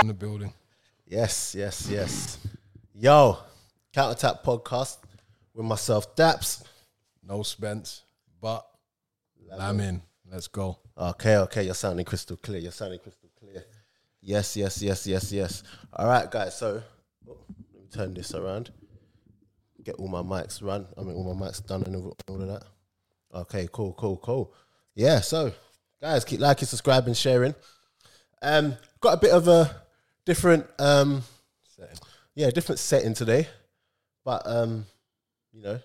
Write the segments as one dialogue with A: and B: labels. A: in the building.
B: Yes, yes, yes. Yo, Counterattack Podcast with myself, Daps.
A: No Spence, but Lamin. Let's go.
B: Okay, okay, you're sounding crystal clear. You're sounding crystal clear. Yes, yes, yes, yes, yes. All right, guys. So oh, let me turn this around. Get all my mics run. I mean, all my mics done and all all of that. Okay, cool, cool, cool. Yeah. So, guys, keep liking, subscribing, sharing. Um, got a bit of a different um, yeah, different setting today, but um, you know,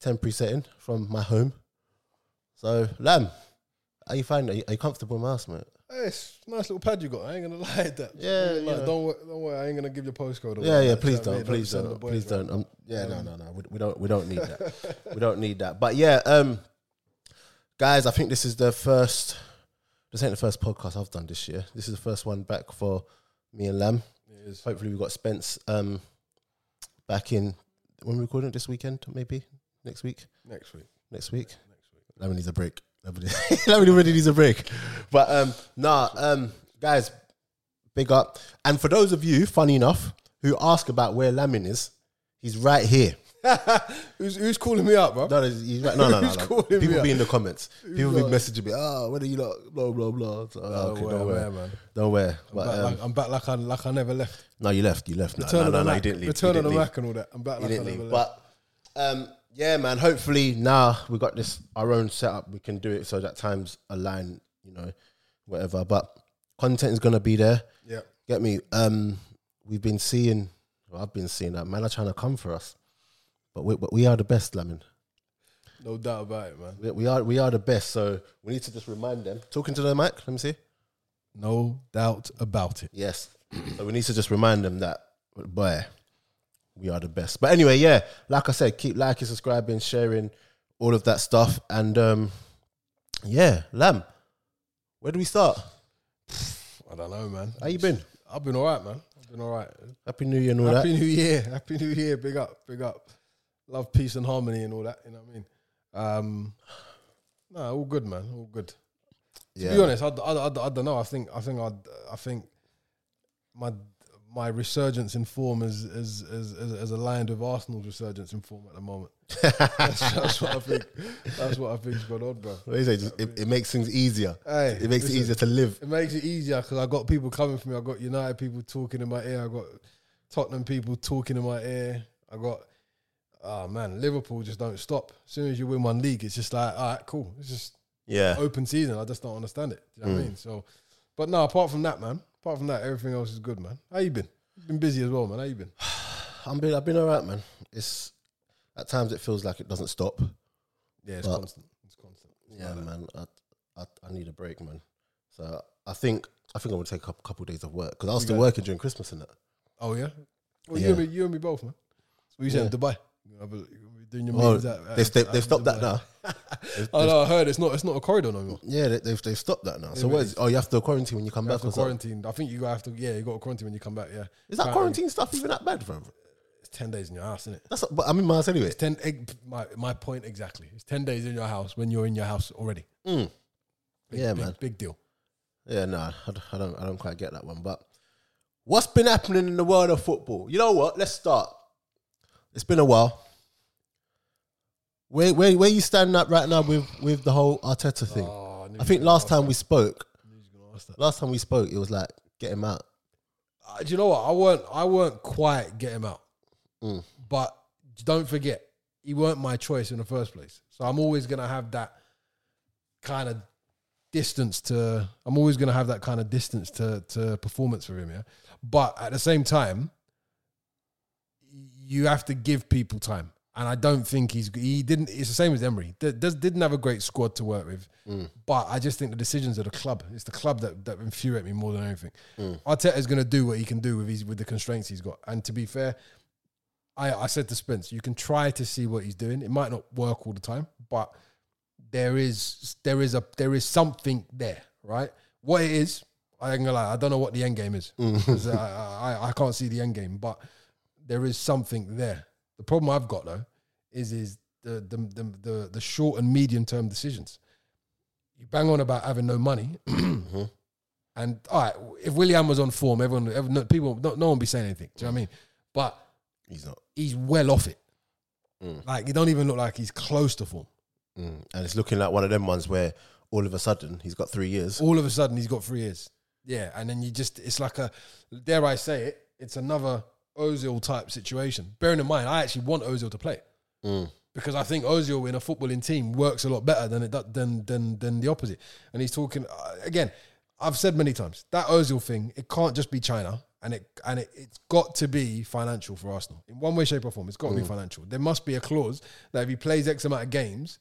B: temporary setting from my home. So, Lamb, how you find? Are you, are you comfortable in my house, mate?
A: Hey, it's a nice little pad you got. I ain't gonna lie that.
B: Yeah,
A: like,
B: you know.
A: don't worry, don't worry. I ain't gonna give your postcode. Away,
B: Yeah, yeah.
A: like, do you
B: Please
A: know what I
B: don't.
A: mean?
B: Please
A: send the
B: don't.
A: boys,
B: Please
A: man.
B: don't. Um, yeah, no, no, no. We, we don't. We don't need that. we don't need that. But yeah, um, guys, I think this is the first. This ain't the first podcast I've done this year. This is the first one back for me and Lam.
A: It is.
B: Hopefully, we got Spence um back in when we recording it this weekend, maybe next week.
A: Next week.
B: Next week. Lemon needs a break. Lemon Lemon really needs a break. But um, nah, um, guys, big up. And for those of you, funny enough, who ask about where Lamin is, he's right here.
A: Who's, who's calling me up, bro?
B: No, no, he's right- no, no, no.
A: Who's
B: no.
A: calling me
B: People
A: up?
B: be in the comments. People be
A: like-
B: messaging me. Oh, when are you like? Blah blah blah. So, oh, okay,
A: way,
B: don't
A: I'm
B: wear,
A: there, man.
B: don't wear. But
A: Back
B: um,
A: like- I'm back like I like I never left.
B: no, you left. You left. No,
A: Return
B: no,
A: of
B: no,
A: the
B: no.
A: Mac.
B: You didn't leave.
A: Return
B: you
A: of the
B: didn't leave.
A: Mac and all that. I'm back
B: You
A: like I
B: didn't
A: never
B: leave.
A: left.
B: But um, yeah, man. Hopefully now we got this our own setup. We can do it so that times align. You know, whatever. But content is gonna be there.
A: Yeah.
B: Get me. Um, we've been seeing. Well, I've been seeing that man are trying to come for us, but we but we are the best, Lamin.
A: No doubt about it, man.
B: We, we are we are the best. So we need to just remind them. Talking to the mic. Let me see.
A: No doubt about it.
B: Yes. so we need to just remind them that, boy, we are the best. But anyway, yeah, like I said, keep liking, subscribing, sharing, all of that stuff. And um, yeah, Lamb, where do we start?
A: I don't know, man.
B: How you been?
A: I've been all right, man. I've been all right.
B: Happy New Year and all
A: Happy
B: that.
A: New Year. Happy New Year. Big up. Big up. Love, peace, and harmony, and all that. You know what I mean? Um, no, all good, man. All good. To be
B: Yeah.
A: honest, I, I, I, don't know. I think I think I I think my my resurgence in form is is is, is, is aligned with Arsenal's resurgence in form at the moment. that's, that's what I think. That's what I think's going on, bro.
B: What do you say? Just- it, it makes things easier.
A: Hey,
B: It makes it
A: listen.
B: easier to live.
A: It makes it easier because I got people coming for me. I got United people talking in my ear. I got Tottenham people talking in my ear. I got, oh man, Liverpool just don't stop. As soon as you win one league, it's just like, all right, cool. It's just
B: Yeah.
A: open season. I just don't understand it. Do you know
B: Mm.
A: what I mean? So, but no, apart from that, man, apart from that, everything else is good, man. How you been? You've been busy as well, man. How you been?
B: I'm been, I've been all right, man. It's at times it feels like it doesn't stop.
A: Yeah, it's
B: Well,
A: constant. It's constant. It's
B: Yeah,
A: like that.
B: man. I, I I need a break, man. So I think I think I'm gonna take a couple, couple days of work because I was still
A: got-
B: working during Christmas and that.
A: Oh yeah. Well,
B: Yeah.
A: you and me, you and me both, man. So you saying
B: Yeah.
A: Dubai? You're gonna have a- you're gonna be doing your
B: Oh,
A: meetings at-
B: they've,
A: at-
B: they've,
A: at
B: they've stopped that
A: Dubai.
B: now.
A: Oh no, I heard it's not it's not a corridor no more.
B: Yeah, they, they've they've stopped that now. So
A: Yeah,
B: what is? Oh, you have to quarantine when you come
A: You
B: back.
A: have to
B: Or something.
A: quarantine. I think you gotta have to yeah, you got to quarantine when you come back, yeah.
B: Is that quarantine stuff even that bad, bro?
A: It's ten days in your house, isn't it?
B: That's but I'm in my house anyway.
A: Ten egg, my my point exactly. It's ten days in your house when you're in your house already. Big,
B: Yeah,
A: big,
B: man.
A: Big deal.
B: Mm. Yeah, nah, I don't, I don't I don't quite get that one. But what's been happening in the world of football? You know what? Let's start. It's been a while. Where where where you standing up right now with with the whole Arteta thing?
A: Oh, knew
B: I
A: you
B: think
A: were
B: last
A: gonna
B: time we spoke,
A: ask- you were gonna ask that.
B: last time we spoke, it was like get him out.
A: Uh, do you know what? I weren't I weren't quite get him out.
B: Mm,
A: But don't forget, he weren't my choice in the first place. So I'm always gonna have that kind of distance to I'm always gonna have that kind of distance to to performance for him, yeah. But at the same time, you have to give people time. And I don't think he's he didn't. It's the same as Emery. D- does, didn't have a great squad to work with, but I just think the decisions of the club. It's the club that that infuriate me more than anything. Arteta's going to do what he can do with his with the constraints he's got. And to be fair, I I said to Spence, you can try to see what he's doing. It might not work all the time, but there is there is a there is something there, right? What it is, I ain't gonna lie, I don't know what the end game is.
B: mm.
A: 'Cause uh, I, I I can't see the end game, but there is something there. The problem I've got though is is the the the the, the
B: Mm-hmm.
A: short and medium term decisions. You bang on about having no money, And all right, if William was on form, everyone, everyone no, people, no, no one would be saying anything. Do you know what I mean? But
B: He's not.
A: he's well off it.
B: Mm.
A: Like he don't even look like he's close to form.
B: Mm. And it's looking like one of them ones where all of a sudden he's got three years.
A: All of a sudden, he's got three years. Yeah, and then you just—it's like a, dare I say it? It's another Ozil type situation. Bearing in mind, I actually want Ozil to play
B: Mm.
A: because I think Ozil in a footballing team works a lot better than it do- than than than the opposite. And he's talking uh, again. I've said many times that Ozil thing. It can't just be China, and it and it, it's got to be financial for Arsenal in one way, shape, or form. It's got to be
B: Mm.
A: financial. There must be a clause that if he plays X amount of games,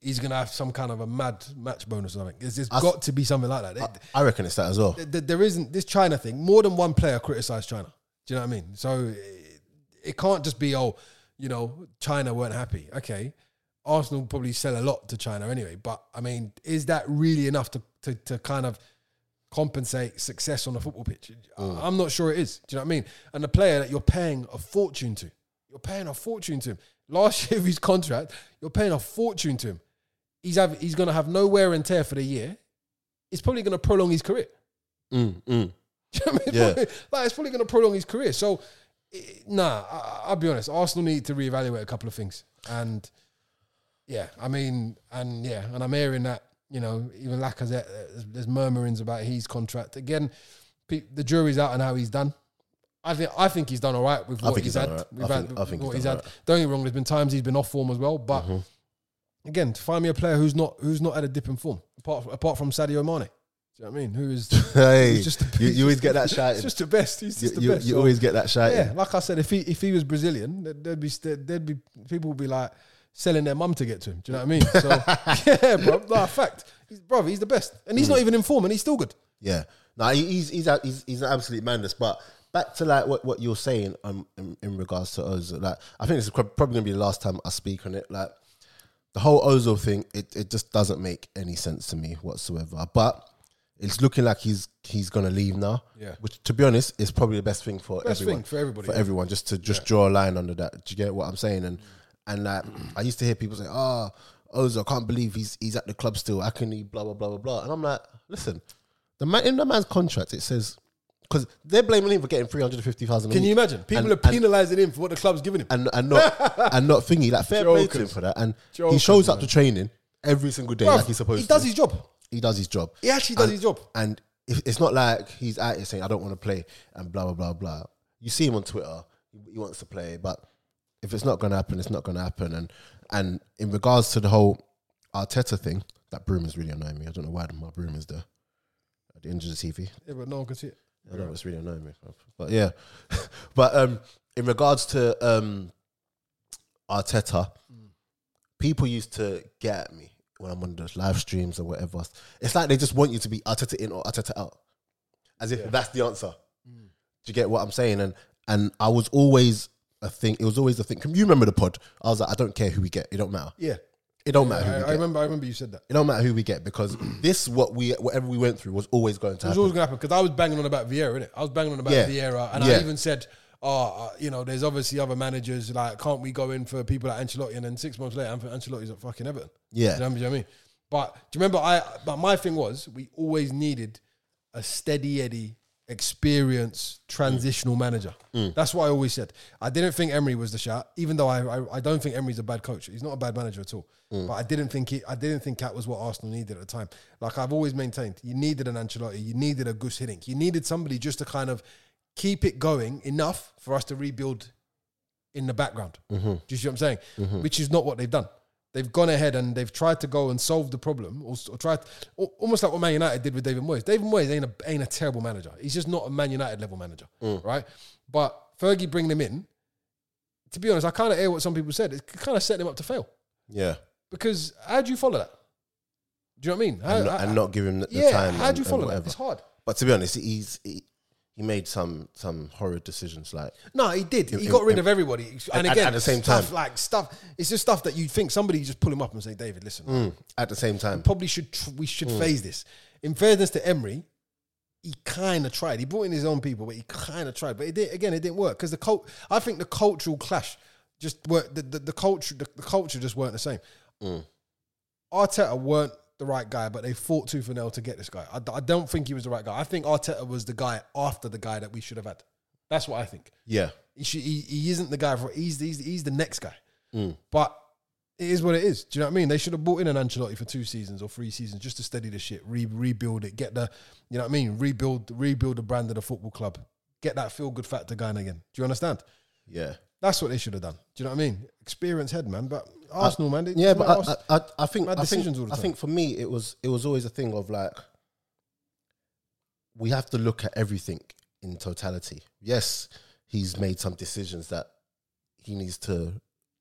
A: he's gonna have some kind of a mad match bonus or something. There's, there's
B: I-
A: got to be something like that. It-
B: I reckon it's that as well.
A: th- th- there isn't this China thing. More than one player criticized China. Do you know what I mean? So it, it can't just be oh, you know, China weren't happy. Okay, Arsenal probably sell a lot to China anyway. But I mean, is that really enough to to, to kind of compensate success on the football pitch? I- I'm not sure it is. Do you know what I mean? And the player that you're paying a fortune to, you're paying a fortune to him. Last year of his contract, you're paying a fortune to him. He's have, he's going to have no wear and tear for the year. It's probably going to prolong his career.
B: Mm,
A: Do
B: mm.
A: you know what I mean?
B: Yeah.
A: Probably- like it's probably going to prolong his career. So, i- nah, I, I'll be honest. Arsenal need to reevaluate a couple of things, and yeah, I mean, and yeah, and I'm hearing that you know even Lacazette, uh, there's, there's murmurings about his contract again. Pe- the jury's out on how he's done. I think I think he's done all right with
B: I
A: what
B: think
A: he's
B: he's done
A: had.
B: all right.
A: We've
B: I
A: had
B: think- I think
A: what
B: he's
A: he's
B: done
A: had.
B: all
A: Don't get me wrong. There's been times he's been off form as well, but
B: Mm-hmm.
A: again, to find me a player who's not who's not had a dip in form apart apart from Sadio Mane. Do you know what I mean? Who is
B: Hey,
A: He's just the-
B: you,
A: he's
B: you always
A: just
B: get
A: the-
B: that
A: He's
B: shouted.
A: just the best. He's
B: You,
A: just the
B: you-
A: best.
B: you
A: So,
B: always get that shouted.
A: yeah, like I said, if he if he was Brazilian, there- there'd be st- there'd be people would be like selling their mum to get to him. Do you know what I mean? So yeah, bro, nah, fact, he's, bro, he's the best, and
B: Hmm.
A: he's not even in form, and he's still good.
B: Yeah. No, he- he's he's a- he's he's an absolute madness. But back to like what, what you're saying um in, in regards to Ozil, like I think this is prob- probably gonna be the last time I speak on it. Like the whole Ozil thing, it, it just doesn't make any sense to me whatsoever. But it's looking like he's he's gonna leave now.
A: Yeah.
B: Which to be honest is probably the best thing for
A: Best
B: everyone.
A: thing for everybody,
B: For
A: yeah.
B: everyone, just to just draw a line under that. Do you get what I'm saying? And and like I used to hear people say, Oh, Ozil, I can't believe he's he's at the club still. How can he blah blah blah blah blah? And I'm like, listen, the man in the man's contract it says because they're blaming him for getting three hundred and fifty thousand.
A: Can you imagine? People
B: Hmm. And-
A: are penalising him for what the club's giving him.
B: and and not and not thingy like fair play to him
A: Jokers.
B: for that. And he
A: Jokers,
B: shows up to training every single day
A: Bruv,
B: like he's supposed
A: he does
B: to.
A: his job.
B: he does his job.
A: He actually does
B: And-
A: his job.
B: And if, it's not like he's out here saying I don't want to play and blah blah blah blah. You see him on Twitter. He wants to play, but if it's not going to happen, it's not going to happen. And and in regards to the whole Arteta thing, that broom is really annoying me. I don't know why my broom is there at the end of the TV.
A: Yeah, but no one can see it.
B: I know it's really annoying me, bruv. but yeah. but um, in regards to um, Arteta, people used to get at me when I'm on those live streams or whatever. It's like they just want you to be Arteta in or Arteta out, as if that's the answer.
A: Mm.
B: Do you get what I'm saying? And and I was always a thing. It was always a thing. Can you remember the pod? I was like, I don't care who we get. It don't matter.
A: Yeah,
B: It don't
A: I,
B: matter who we
A: I
B: get.
A: remember. I remember you said that.
B: It don't matter who we get because this what we whatever we went through was always going to
A: It was
B: happen.
A: always gonna happen because I was banging on about Vieira, innit? I was banging on about
B: Yeah.
A: Vieira, and
B: Yeah.
A: I even said, "Oh, uh, you know, there's obviously other managers. Like, can't we go in for people like Ancelotti?" And then six months later, Anf- Ancelotti's at fucking Everton.
B: Yeah.
A: you know, do you know what I mean? But do you remember? I but my thing was we always needed a steady Eddie, experienced transitional manager. That's what I always said. I didn't think Emery was the shot, even though I, I I don't think Emery's a bad coach. He's not a bad manager at all. But I didn't think he, I didn't think that was what Arsenal needed at the time. Like I've always maintained, you needed an Ancelotti, you needed a Gus Hiddink, you needed somebody just to kind of keep it going enough for us to rebuild in the background. Do
B: Mm-hmm.
A: you see what I'm saying?
B: Hmm.
A: Which is not what they've done. They've gone ahead and they've tried to go and solve the problem, or, s- or tried al- almost like what Man United did with David Moyes. David Moyes ain't a ain't a terrible manager. He's just not a Man United level manager,
B: Mm.
A: right? But Fergie bringing him in. To be honest, I kind of hear what some people said. It kind of set them up to fail
B: yeah.
A: because how do you follow that? Do you know what I mean? How,
B: and, not,
A: how-
B: and not give him the, the
A: yeah,
B: time.
A: how
B: and-
A: do you
B: and
A: follow that?
B: whatever.
A: It's hard.
B: But to be honest, he's he, he made some some horrid decisions. Like
A: No, he did. He
B: In-
A: got
B: in-
A: rid
B: in-
A: of everybody. And
B: at-
A: again,
B: at the same
A: stuff
B: time.
A: like stuff. It's just stuff that you'd think somebody just pull him up and say, "David, listen,
B: mm, at the same time,
A: probably should tr- we should phase this." In fairness to Emery, he kind of tried. He brought in his own people, but he kind of tried. But it did, again, it didn't work because the cult. I think the cultural clash just were the, the, the culture. The, the culture just weren't the same. Arteta weren't. the right guy, but they fought tooth and nail to get this guy. I, I don't think he was the right guy. I think Arteta was the guy after the guy that we should have had. That's what I think.
B: Yeah.
A: He, should, he, he isn't the guy for. He's he's, he's the next guy.
B: Hmm.
A: But it is what it is. Do you know what I mean? They should have bought in an Ancelotti for two seasons or three seasons just to steady the shit, re- rebuild it, get the, you know what I mean? Rebuild rebuild the brand of the football club, get that feel good factor going again. Do you understand?
B: Yeah.
A: That's what they should have done. Do you know what I mean? Experience head, man. But Arsenal, man. they-
B: Yeah,
A: it's not Ars-
B: but I, I, I, I think
A: Mad
B: I think,
A: decisions all the
B: I think for me it was it was always a thing of like we have to look at everything in totality. Yes, he's made some decisions that he needs to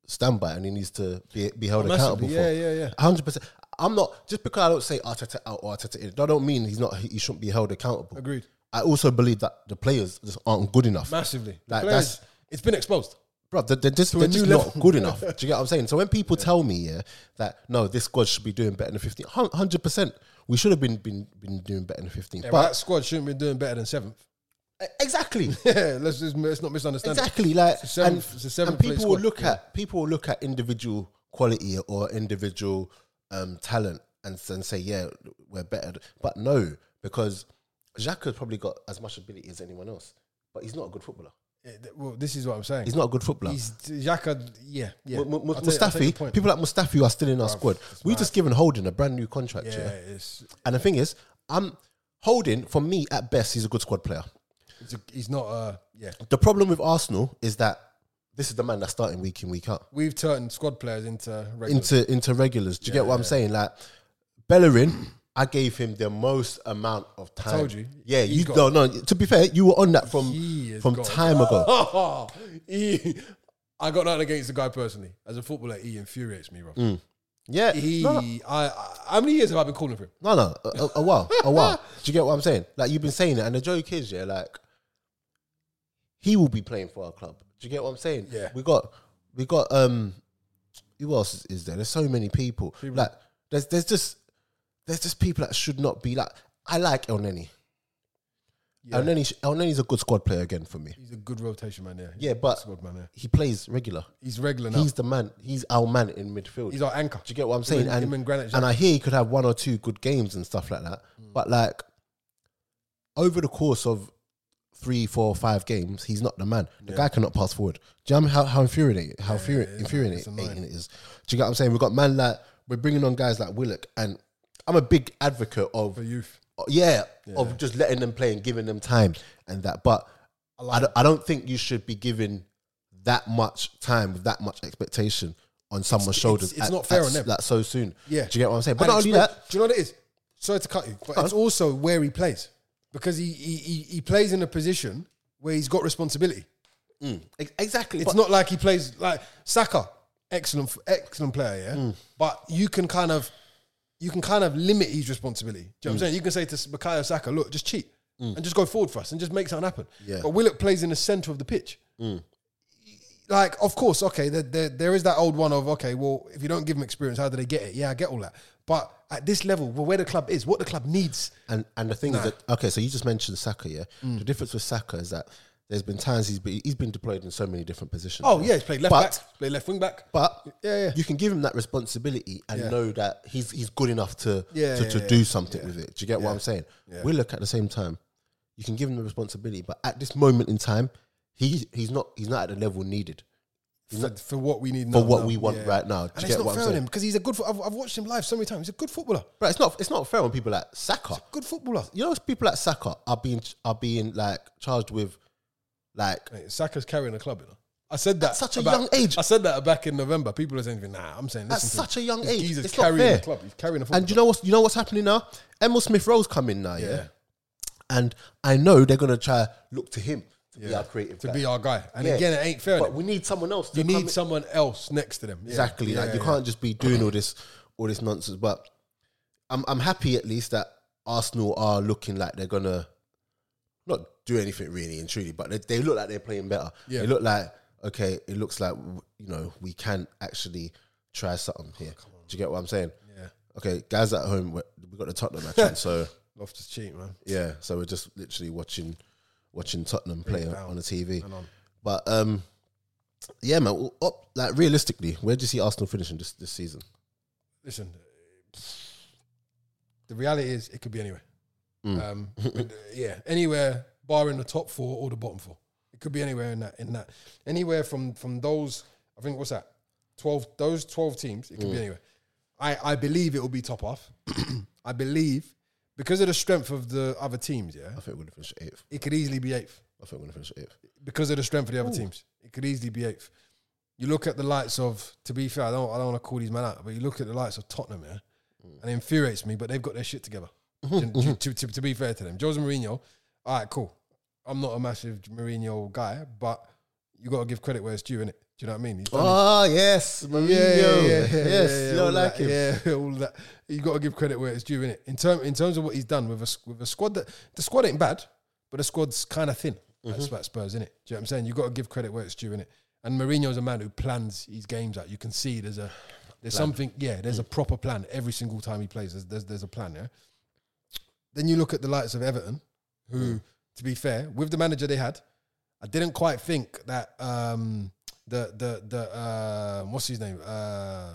B: stand by and he needs to be, be held accountable
A: massively.
B: for.
A: Yeah, yeah, yeah.
B: Hundred percent. I'm not just because I don't say Arteta out or Arteta in. I don't mean he's not. He shouldn't be held accountable.
A: Agreed.
B: I also believe that the players just aren't good enough.
A: Massively. The
B: Like,
A: players- it's been exposed.
B: Bro, they're, they're just,
A: a
B: they're
A: new
B: just
A: level.
B: not good enough. Do you get what I'm saying? So when people tell me, yeah, that no, this squad should be doing better than 15, 100%, we should have been been, been doing better than 15.
A: Yeah, but, that
B: but e-,
A: squad shouldn't be doing better than seventh.
B: exactly,
A: Yeah, let's, just, let's not misunderstand. it.
B: exactly. Like,
A: It's a seventh-
B: and,
A: it's a seventh
B: and
A: place
B: people will
A: squad,
B: look
A: yeah.
B: at people will look at individual quality or individual um, talent and, s- and say, yeah, we're better. But no, because Xhaka's probably got as much ability as anyone else, but he's not a good footballer.
A: Yeah, Eh, th- Well, this is what I'm saying.
B: He's not a good footballer.
A: He's Xhaka, yeah, yeah.
B: M- M-
A: I'll take- I'll take your
B: Mustafi,
A: point.
B: people like Mustafi are still in our squad.
A: it's
B: We've just given Holding a brand new contract,
A: yeah,
B: yeah.
A: it's,
B: And the thing is, I'm Holding for me at best. He's a good squad player.
A: it's a, he's not. Uh, yeah,
B: The problem with Arsenal is that this is the man that's starting week in week out
A: we've turned squad players into regulars.
B: into into regulars. Do you get what I'm saying? Like Bellerin, I gave him the most amount of time.
A: told you.
B: Yeah,
A: He's
B: you
A: got-
B: no no. To be fair, you were on that from
A: He has
B: from
A: got-
B: time ago.
A: He- I got nothing against the guy personally. As a footballer, he infuriates me, bro.
B: Yeah,
A: He,
B: Mm. no, no.
A: I, I, how many years have I been calling for him?
B: No, no, a, a- a while, a while. Do you get what I'm saying? Like you've been saying it, and the joke is, yeah, like he will be playing for our club. Do you get what I'm saying?
A: Yeah.
B: we got, we got. Um, who else is- is there? There's so many people. Like there's, there's just, there's just people that should not be like. I like El Nenny. El Nenny, sh- El Nenny's a good squad player again for me.
A: He's a good rotation man, yeah. He's
B: Yeah,
A: a
B: but-
A: squad man, yeah.
B: He plays regular.
A: He's regular now.
B: He's
A: He's,
B: the man. He's our man in midfield.
A: our anchor.
B: Do you get what I'm
A: Him
B: saying?
A: and-
B: and
A: him and Granit
B: and I hear he could have one or two good games and stuff like that.
A: Mm.
B: But like over the course of three, four, five games, he's not the man. The guy cannot pass forward. Do you know how, how infuriating how furi- infuriating it is? Do you get what I'm saying? We've got man like we're bringing on guys like Willock, and I'm a big advocate of
A: For youth.
B: yeah, of just letting them play and giving them time and that. But I, don't, I don't think you should be giving that much time with that much expectation on someone's shoulders.
A: it's not fair on them.
B: That so soon.
A: Yeah.
B: do you get what I'm saying? But
A: And
B: not only
A: expect-
B: that,
A: Do you know what it is? Sorry to cut you, but it's also where he plays because he he, he, he plays in a position where he's got responsibility.
B: ex- exactly.
A: It's
B: but-
A: not like he plays like Saka, excellent f- excellent player, yeah.
B: Mm.
A: But you can kind of you can kind of limit his responsibility. Do
B: Mm.
A: you know what I'm saying? You can say to Bukayo Saka, look, just cheat and just go forward for us and just make something happen.
B: Yeah. Mm.
A: But Willock plays in the center of the pitch. Like, of course, okay, there, there, there is that old one of, okay, well, if you don't give them experience, how do they get it? Yeah, I get all that. But at this level, where the club is, what the club needs,
B: And and the thing is that okay, so you just mentioned Saka, yeah.
A: Mm.
B: The difference with Saka is that there's been times he's been he's been deployed in so many different positions.
A: Oh yeah, he's played left
B: But-
A: back, played left wing back.
B: But
A: Yeah, yeah.
B: you can give him that responsibility and
A: Yeah.
B: know that he's he's good enough to
A: Yeah,
B: to,
A: yeah,
B: to
A: yeah.
B: do something with it. Do you get what I'm saying? We look at the same time. You can give him the responsibility, but at this moment in time, he he's not he's not at the level needed.
A: for, for what we need
B: For
A: now,
B: what
A: now.
B: we want right now. Do
A: and
B: you
A: it's
B: get
A: not
B: what I'm
A: fair on
B: saying?
A: him because he's a good. fo- I've, I've watched him live so many times. He's a good footballer.
B: But it's not it's not fair on people like Saka.
A: Good footballer.
B: You know, people like Saka are being are being like charged with like
A: Mate, Saka's carrying the club. You know? I said that
B: At such a
A: about-
B: young age.
A: I said that back in November. People are saying, "Nah, I'm saying
B: At
A: listen to
B: such
A: him.
B: a young
A: This
B: age,
A: geezer's
B: it's not
A: carrying
B: fair.
A: the club. He's carrying the football.
B: And you know what's you know what's happening now? Emil Smith Rowe's coming now, yeah?
A: Yeah.
B: And I know they're gonna try look to him to be our creative
A: to
B: guy.
A: be our guy. And
B: Yeah.
A: again, it ain't fair. on
B: but
A: him.
B: we need someone else. To
A: you
B: come
A: need
B: in-
A: someone else next to them. Yeah.
B: exactly. like
A: Yeah,
B: you
A: yeah.
B: can't just be doing all this all this nonsense. But I'm I'm happy at least that Arsenal are looking like they're gonna not do anything really and truly, but they, they look like they're playing better.
A: Yeah.
B: They look like okay. It looks like you know we can actually try something here.
A: Oh,
B: do you get what I'm saying?
A: Yeah.
B: Okay, guys at home, we we got the Tottenham match on, so
A: Loftus cheat, man.
B: yeah, so we're just literally watching watching Tottenham play on, on the TV.
A: And on.
B: But um, yeah, man. well, Up, like realistically, where do you see Arsenal finishing this this season?
A: Listen, The reality is, it could be anywhere. Um, but, uh, yeah, anywhere barring the top four or the bottom four. It could be anywhere in that. In that, anywhere from from those. I think what's that? Twelve. Those twelve teams. It could be anywhere. I I believe it will be top off. I believe because of the strength of the other teams. Yeah,
B: I think we're gonna finish eighth.
A: it could easily be eighth
B: I think we're gonna finish eighth.
A: because of the strength of the other teams. It could easily be eighth. You look at the lights of, to be fair, I don't, I don't want to call these men out, but you look at the lights of Tottenham, yeah, and it infuriates me, but they've got their shit together. to, to- to- to be fair to them, Jose Mourinho, all right, cool. I'm not a massive Mourinho guy, but you got to give credit where it's due, innit? Do you know what I mean? He's done
B: Oh yes, Mourinho. yes, you
A: all
B: don't like
A: that,
B: him.
A: Yeah, all that. You got to give credit where it's due, innit? In term, in terms of what he's done with a s- with a squad that the squad ain't bad, but the squad's kind of thin.
B: Mm-hmm.
A: That's that Spurs, innit? Do you know what I'm saying? You got to give credit where it's due, innit? And Mourinho's a man who plans his games out. You can see there's a there's something. Yeah, there's a
B: Mm.
A: proper plan every single time he plays. There's there's, there's a plan. Yeah. Then you look at the likes of Everton, who,
B: Mm.
A: to be fair, with the manager they had, I didn't quite think that um, the the the uh, what's his name uh,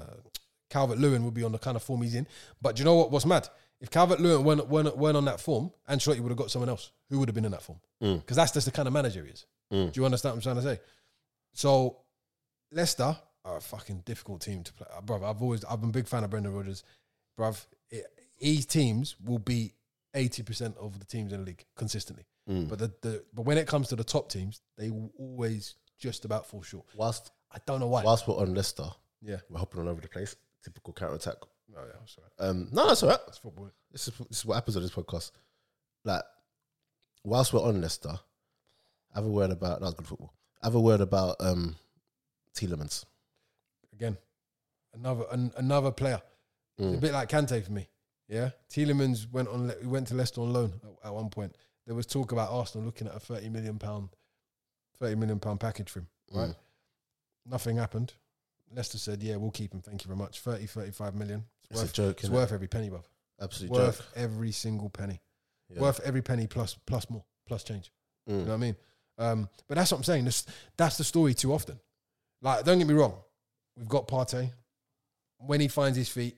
A: Calvert Lewin would be on the kind of form he's in. But do you know what? What's mad? If Calvert Lewin weren't, weren't, weren't on that form, Ancelotti would have got someone else who would have been in that form because that's just the kind of manager he is. Do you understand what I'm trying to say? So Leicester are a fucking difficult team to play, uh, bruv. I've always I've been a big fan of Brendan Rodgers, bruv. It, his teams will be eighty percent of the teams in the league consistently, but the, the but when it comes to the top teams, they will always just about fall short.
B: Whilst
A: I don't know why.
B: whilst we're on Leicester,
A: yeah,
B: we're hopping all over the place. Typical counter attack.
A: oh, yeah, that's all right.
B: Um, no, that's all right.
A: That's football.
B: This is this is what happens on this podcast. Like, whilst we're on Leicester, have a word about that was good football. Have a word about um, Tielemans.
A: again, another an, another player.
B: Mm.
A: It's a bit like Kante for me. Yeah, Tielemans went on. Le- went to Leicester on loan at, at one point. There was talk about Arsenal looking at a thirty million pound, thirty million pound package for him.
B: Mm.
A: Right, nothing happened. Leicester said, "Yeah, we'll keep him. Thank you very much. 30, 35 million. It's,
B: It's
A: worth,
B: a joke.
A: it's
B: innit?
A: worth every penny, bruv.
B: Absolute
A: Worth
B: joke.
A: every single penny.
B: Yeah.
A: Worth every penny plus plus more plus change. You
B: Mm.
A: know what I mean? Um, but that's what I'm saying. This, that's the story too often. Like, don't get me wrong. We've got Partey. When he finds his feet,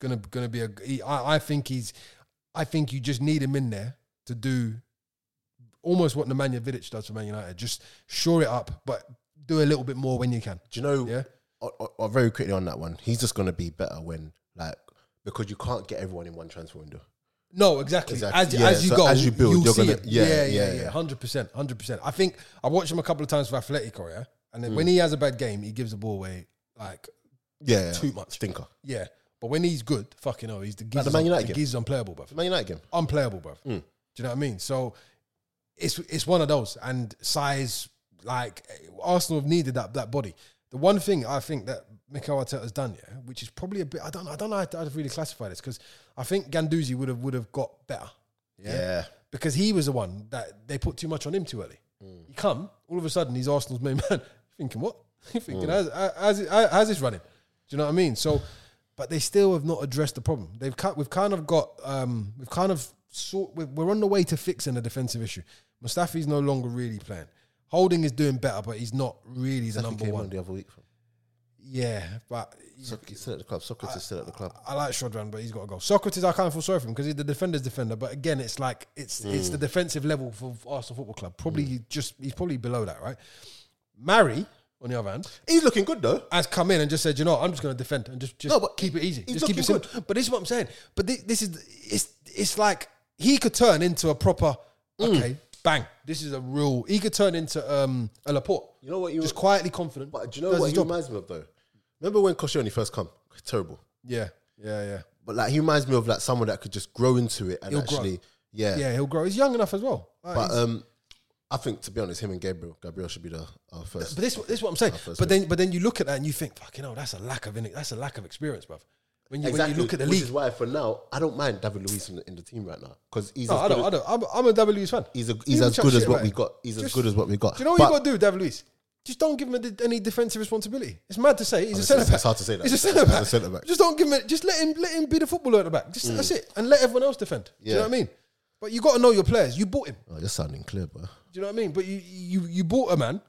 A: gonna gonna be a. He, I, I think he's. I think you just need him in there to do almost what Nemanja Vidic does for Man United. Just shore it up, but do a little bit more when you can.
B: Do you know?
A: Yeah.
B: o- o- o- very quickly on that one, he's just gonna be better when like because you can't get everyone in one transfer window.
A: No, exactly.
B: Exactly.
A: As,
B: Yeah,
A: as you
B: so
A: go,
B: as you build,
A: you'll
B: you're
A: see
B: gonna-
A: it.
B: yeah,
A: yeah,
B: yeah,
A: yeah,
B: yeah.
A: hundred percent, hundred percent. I think I watched him a couple of times for Atletico, yeah, and then when
B: Mm.
A: he has a bad game, he gives the ball away like
B: Yeah, yeah.
A: Too much.
B: stinker.
A: Yeah, but when he's good, fucking oh, he's the
B: the
A: Giz.
B: Man
A: the
B: United game. Mm.
A: Giz is unplayable, bruv.
B: Man United game.
A: Unplayable, bruv. Do you know what I mean? So it's it's one of those, and size like Arsenal have needed that that body. The one thing I think that Mikel Arteta's done, yeah, which is probably a bit I don't I don't know how to, how to really classify this because I think Ganduzi would have would have got better.
B: Yeah.
A: Because he was the one that they put too much on him too early.
B: Hmm.
A: He come, all of a sudden he's Arsenal's main man. Thinking what? You're
B: Hmm.
A: thinking how's, how's, it- how's this running? Do you know what I mean? So, but they still have not addressed the problem. They've cut. We've kind of got. Um, we've kind of sort. We're we're on the way to fixing the defensive issue. Mustafi's no longer really playing. Holding is doing better, but he's not really the
B: He
A: number
B: came
A: one.
B: on the other week. From.
A: Yeah, but
B: So, he's still at the club. Socrates is still at the club.
A: I like Shodran, but he's got to go. Socrates, I can't feel sorry for him because he's the defender's defender. But again, it's like it's
B: Mm.
A: it's the defensive level for Arsenal Football Club. Probably just he's probably below that, right? Mary, on the other hand,
B: He's looking good though.
A: has come in and just said, you know, what, I'm just going to defend and just just
B: No, but
A: keep it easy,
B: he's
A: just keep it
B: looking
A: simple. But this is what I'm saying. But thi- this, is it's it's like he could turn into a proper
B: Mm.
A: okay bang. This is a real. He could turn into um a Laporte.
B: You know what you-
A: just quietly confident.
B: But do you know
A: does
B: what
A: his
B: he
A: job.
B: reminds me of though? Remember when Koscielny first come? Terrible.
A: Yeah, yeah, yeah.
B: But like he reminds me of like someone that could just grow into it and
A: He'll grow.
B: actually, yeah.
A: Yeah, he'll grow. He's young enough as well. Like,
B: But um, I think to be honest, him and Gabriel, Gabriel should be the our first.
A: But this, this is what I'm saying.
B: first
A: But then, but then you look at that and you think, fucking hell, that's a lack of in- that's a lack of experience, bruv. When you, when you look at the
B: which is
A: league,
B: why for now I don't mind David Luiz in the, in the team right now because he's
A: no,
B: as
A: I don't,
B: good
A: I
B: as-
A: don't. I'm, I'm a W's fan.
B: he's a,
A: He
B: he's
A: will
B: as
A: chat
B: good
A: shit
B: as what
A: about
B: we
A: it.
B: got. He's as
A: Just-
B: good as what we got.
A: Do you know what
B: But
A: you got to do, David Luiz? Just don't give him a, any defensive responsibility. It's mad to say he's a
B: Honestly,
A: centre back.
B: it's hard to say that.
A: He's a
B: As
A: centre back.
B: a centre-back.
A: Just don't give him. Just let him. Let him be the footballer at the back. Just that's it, and let everyone else defend. Do you know
B: Yeah.
A: what I mean? But you got to know your players. You bought him.
B: Oh, you're sounding clear, bro.
A: Do you know what I mean? But you you you bought a man.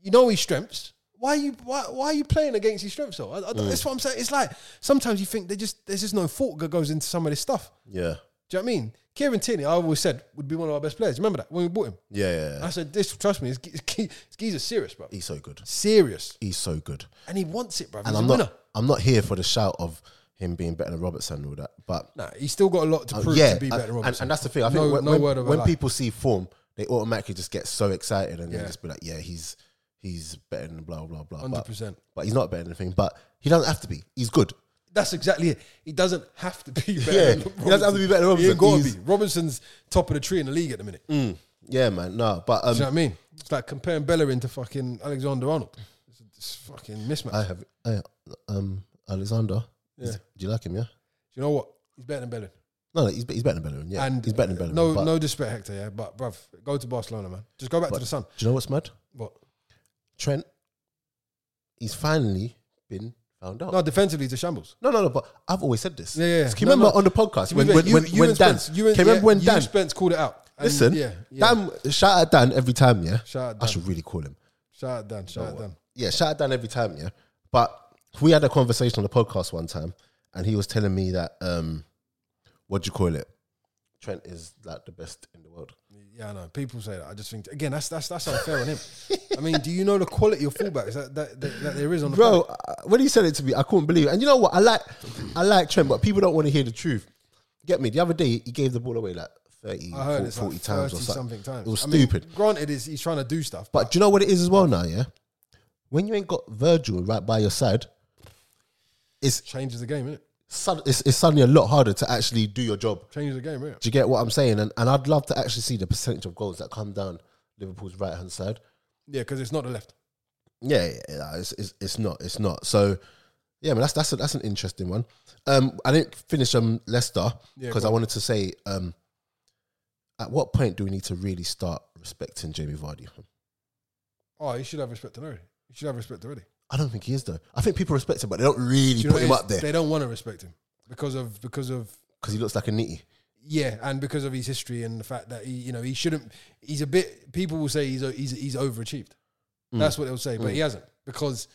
A: You know his strengths. Why are you why, why are you playing against your strengths though? I, I,
B: Mm.
A: That's what I'm saying. It's like sometimes you think they just there's just no thought that goes into some of this stuff. Do
B: Yeah.
A: you know what I mean? Kieran Tierney, I always said would be one of our best players. Remember that when we bought him?
B: Yeah, yeah, yeah.
A: I said, "This trust me, this ge- this geezer's serious, bro.
B: He's so good.
A: Serious,
B: He's so good.
A: and he wants it, bro. He's
B: And
A: a
B: I'm
A: winner.
B: not I'm not here for the shout of him being better than Robertson and all that. But
A: Nah, he's still got a lot to prove
B: yeah,
A: to be
B: uh,
A: better.
B: and,
A: Robertson.
B: and that's the thing. I think
A: No-
B: when,
A: no
B: when-
A: word of a
B: when
A: lie.
B: people see form, they automatically just get so excited and
A: Yeah.
B: they just be like, "Yeah, he's he's better than blah blah blah." But,
A: 100%.
B: but he's not better than anything. But he doesn't have to be. He's good.
A: That's exactly it. He doesn't have to be better.
B: Yeah,
A: than
B: he doesn't have to be better than
A: He ain't got to
B: Robertson.
A: be. Robertson's top of the tree in the league at the minute. Do
B: mm, Yeah, man. No, but
A: you know
B: um,
A: what I mean? It's like comparing Bellerin to fucking Alexander Arnold. It's, it's fucking mismatch.
B: I have I, um Alexander.
A: Yeah.
B: Do you like him? Yeah.
A: Do you know what? He's better than Bellerin.
B: No, no he's, be- he's better than Bellerin. Yeah,
A: And
B: he's better than Bellerin.
A: No,
B: but
A: no disrespect, Hector. Yeah, but bruv, go to Barcelona, man. Just go back to the sun.
B: Do you know what's mad?
A: What?
B: Trent. He's finally been found out.
A: No, defensively, it's a shambles.
B: No, no, no. But I've always said this.
A: Yeah, yeah, yeah.
B: Can you
A: No,
B: remember
A: no.
B: on the podcast
A: To
B: when
A: be fair,
B: when,
A: you-
B: when,
A: you
B: when
A: and
B: Dan?
A: Spence-
B: Can you remember
A: yeah,
B: when
A: you
B: Dan?
A: and Spence called it out. And
B: Listen,
A: yeah, yeah.
B: Dan. Shout out Dan every time. Yeah.
A: Shout out
B: I
A: Dan.
B: should really call him.
A: Shout out Dan. Shout out Dan.
B: Yeah, shout out Dan every time. Yeah. But we had a conversation on the podcast one time, and he was telling me that um, what do you call it? Trent is like the best in the world.
A: Yeah, I know. People say that. I just think again, that's that's that's unfair on him. I mean, do you know the quality of fullbacks that that, that, that there is on the
B: bro. uh, When he said it to me, I couldn't believe. It. And you know what? I like, I like Trent, but people don't want to hear the truth. Get me? The other day, he gave the ball away like 30,
A: I heard
B: 40,
A: it's like 40
B: times or something.
A: something times.
B: It was
A: I mean,
B: stupid.
A: granted, is he's trying to do stuff, but
B: But do you know what it is as well now? Yeah, when you ain't got Virgil right by your side, it's
A: changes the game, innit?
B: sud- it's, it's suddenly a lot harder to actually do your job.
A: Changes the game, innit?
B: Do you get what I'm saying? And and I'd love to actually see the percentage of goals that come down Liverpool's right hand side.
A: Yeah, because it's not the left.
B: Yeah, yeah, yeah, it's, it's it's not, it's not. So, yeah, man, that's that's a, that's an interesting one. Um, I didn't finish um Leicester
A: Yeah,
B: because
A: go
B: I wanted to say, um, at what point do we need to really start respecting Jamie Vardy?
A: Oh, he should have respect already. He should have respect already.
B: I don't think he is though. I think people respect him, but they don't really
A: Do you know
B: put him
A: what it is?
B: up there
A: They don't want to respect him because of because of
B: because he looks like a nitty.
A: yeah, and because of his history and the fact that he you know he shouldn't. He's a bit. People will say he's he's he's overachieved.
B: Mm.
A: That's what they'll say, but he hasn't because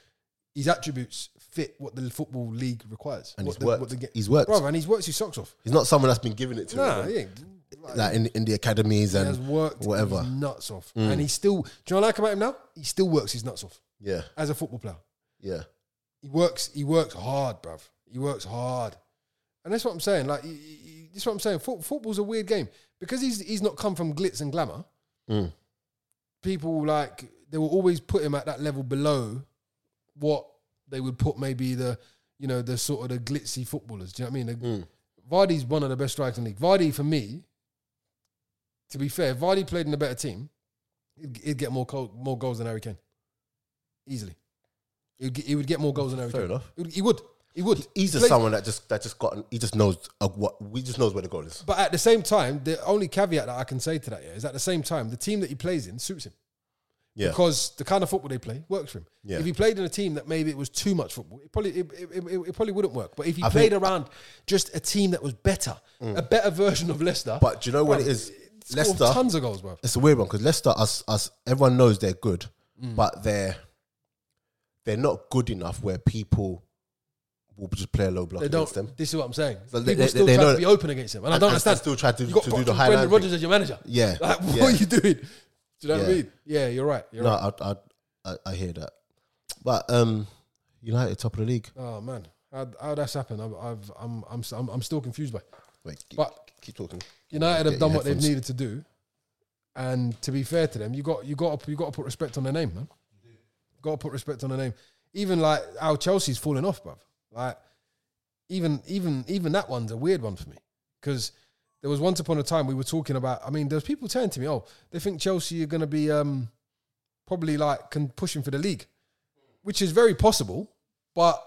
A: his attributes fit what the football league requires.
B: And
A: what
B: he's
A: the,
B: worked.
A: What the, ga-
B: He's worked.
A: Brother, and he's worked his socks off.
B: He's not someone that's been given it to
A: Nah,
B: him,
A: he, ain't,
B: like in in the academies
A: he
B: and
A: has worked
B: whatever. Mm.
A: his nuts off, and he still. Do you know what I like about him now? He still works his nuts off
B: yeah,
A: as a football player.
B: yeah.
A: He works. He works hard, bruv. He works hard, and that's what I'm saying. Like, he, he, he- that's what I'm saying. Foot, football's a weird game because he's he's not come from glitz and glamour.
B: Mm.
A: People like they will always put him at that level below what they would put maybe the you know the sort of the glitzy footballers. Do you know what I mean? The-
B: Mm.
A: Vardy's one of the best strikers in the league. Vardy, for me, to be fair, if Vardy played in a better team, he'd, he'd get more co- more goals than Harry Kane. Easily. He'd get, he would get more goals than Harry
B: Fair
A: Kane.
B: enough.
A: He would- He would. He would.
B: He's just
A: Plays-
B: someone that just that just got he just knows uh, what we just knows where the goal is.
A: But at the same time, the only caveat that I can say to that yeah, is at the same time, the team that he plays in suits him.
B: Yeah.
A: Because the kind of football they play works for him.
B: Yeah.
A: If he played in a team that maybe it was too much football, it probably it, it, it, it probably wouldn't work. But if he
B: I
A: played
B: think- Mm.
A: around just a team that was better, a better version of Leicester,
B: But do you know what it is?
A: scored
B: Leicester.
A: tons of goals, bro.
B: It's a weird one because Leicester, us, us, everyone knows they're good,
A: Mm.
B: but they're they're not good enough where people will just play a low block
A: They don't.
B: against them.
A: This is what I'm saying.
B: So they-
A: People
B: they-
A: still
B: they
A: try
B: know
A: to be
B: that-
A: open against him, and, I
B: and-
A: don't
B: and- and
A: understand.
B: still try to-
A: You got
B: to do
A: fucking
B: the
A: Brendan
B: Highland thing.
A: Rodgers as your manager.
B: Yeah,
A: Like, what
B: yeah.
A: are you doing? Do you know what I
B: Yeah.
A: mean? Yeah, you're right. You're
B: No,
A: right.
B: I, I I I hear that, but um, United top of the league.
A: Oh man, how how that's happened? I've, I've I'm I'm I'm I'm still confused by. it.
B: Wait, keep,
A: But
B: keep talking.
A: United have
B: your
A: done what they've
B: headphones.
A: needed to do, and to be fair to them, you got you got to, you got to put respect on their name, man. Got to put respect on their name. Even like how Chelsea's falling off, bruv. Like even even even that one's a weird one for me because there was once upon a time we were talking about. I mean, there's people saying to me, "Oh, they think Chelsea are going to be um probably like can pushing for the league," which is very possible, but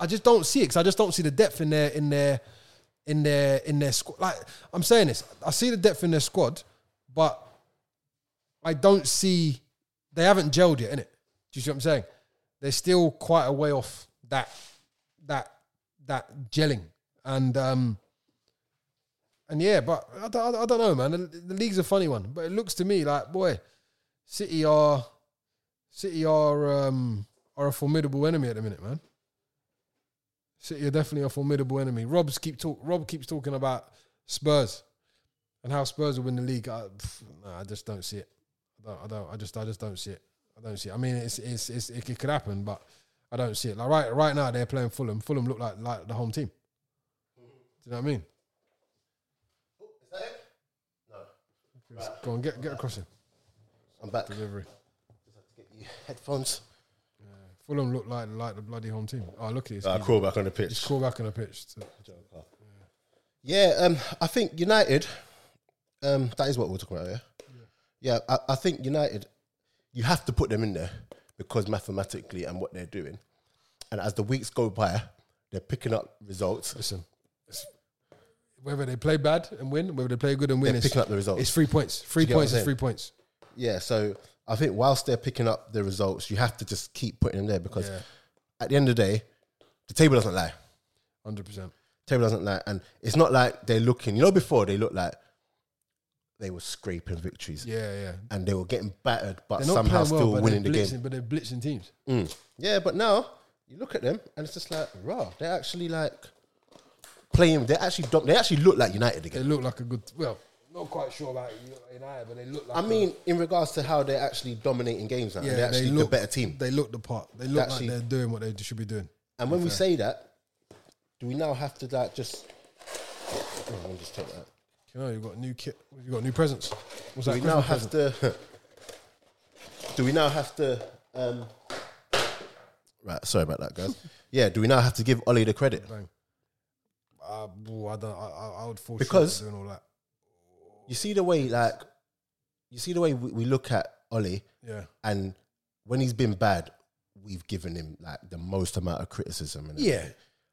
A: I just don't see it because I just don't see the depth in their in their in their in their squad. Like I'm saying this, I see the depth in their squad, but I don't see they haven't gelled yet. In it, do you see what I'm saying? They're still quite a way off that that that gelling and um and yeah, but I don't, I don't know, man. The, the league's a funny one, but it looks to me like boy, City are City are um, are a formidable enemy at the minute, man. City are definitely a formidable enemy. Rob's keep talk. Rob keeps talking about Spurs and how Spurs will win the league. I, pff, nah, I just don't see it. I don't, I don't. I just. I just don't see it. I don't see it. I mean, it's it's, it's it, could happen, but I don't see it. Like right right now, they're playing Fulham. Fulham look like like the home team. Do you know what I mean?
B: Oh, Is that it? No.
A: Go on, get get across him.
B: I'm back. Just
A: Delivery.
B: have to get you headphones.
A: Fulham look like like the bloody home team. Oh look at this.
B: Uh,
A: He's-
B: crawl back on the pitch.
A: He's crawl back on the pitch.
B: Yeah, um, I think United. Um, that is what we're talking about. Yeah, yeah. I, I think United. You have to put them in there because mathematically and what they're doing, and as the weeks go by, they're picking up results.
A: Listen, it's- whether they play bad and win, whether they play good and win,
B: They're
A: it's,
B: picking up the results.
A: it's three points. Three
B: get what
A: points
B: I'm
A: is three points.
B: yeah, so I think whilst they're picking up the results, you have to just keep putting them there because
A: Yeah,
B: at the end of the day, the table doesn't lie.
A: hundred percent.
B: table doesn't like, and it's not like they're looking. You know, before they looked like they were scraping victories
A: Yeah, yeah.
B: and they were getting battered, but
A: They're not
B: somehow
A: playing well,
B: still
A: but
B: winning the
A: they're blitzing,
B: game.
A: But they're blitzing teams.
B: Mm. Yeah, but now you look at them and it's just like, raw. They're actually like playing. They actually don't. They actually look like United
A: They
B: again.
A: look like a good. Well, not quite sure about United, but they look like.
B: I mean, in regards to how they're actually dominating games now,
A: a, yeah,
B: they're actually
A: they look
B: the better team.
A: They look the part. They look
B: Actually-
A: like they're doing what they should be doing.
B: And when we say that, do we now have to like just? Oh, let me just take that.
A: You know, you've got a new kit. You've got new presents. What's
B: Do
A: that?
B: we now
A: Christmas
B: have
A: present?
B: to? Do we now have to? Um, right, sorry about that, guys. yeah, do we now have to give Ollie the credit?
A: Bang. Uh, boo, I don't. I, I- I would fall short
B: Because-
A: of doing all that.
B: You see the way, like, you see the way we, we look at Ollie,
A: Yeah.
B: and when he's been bad, we've given him like the most amount of criticism. And
A: Yeah.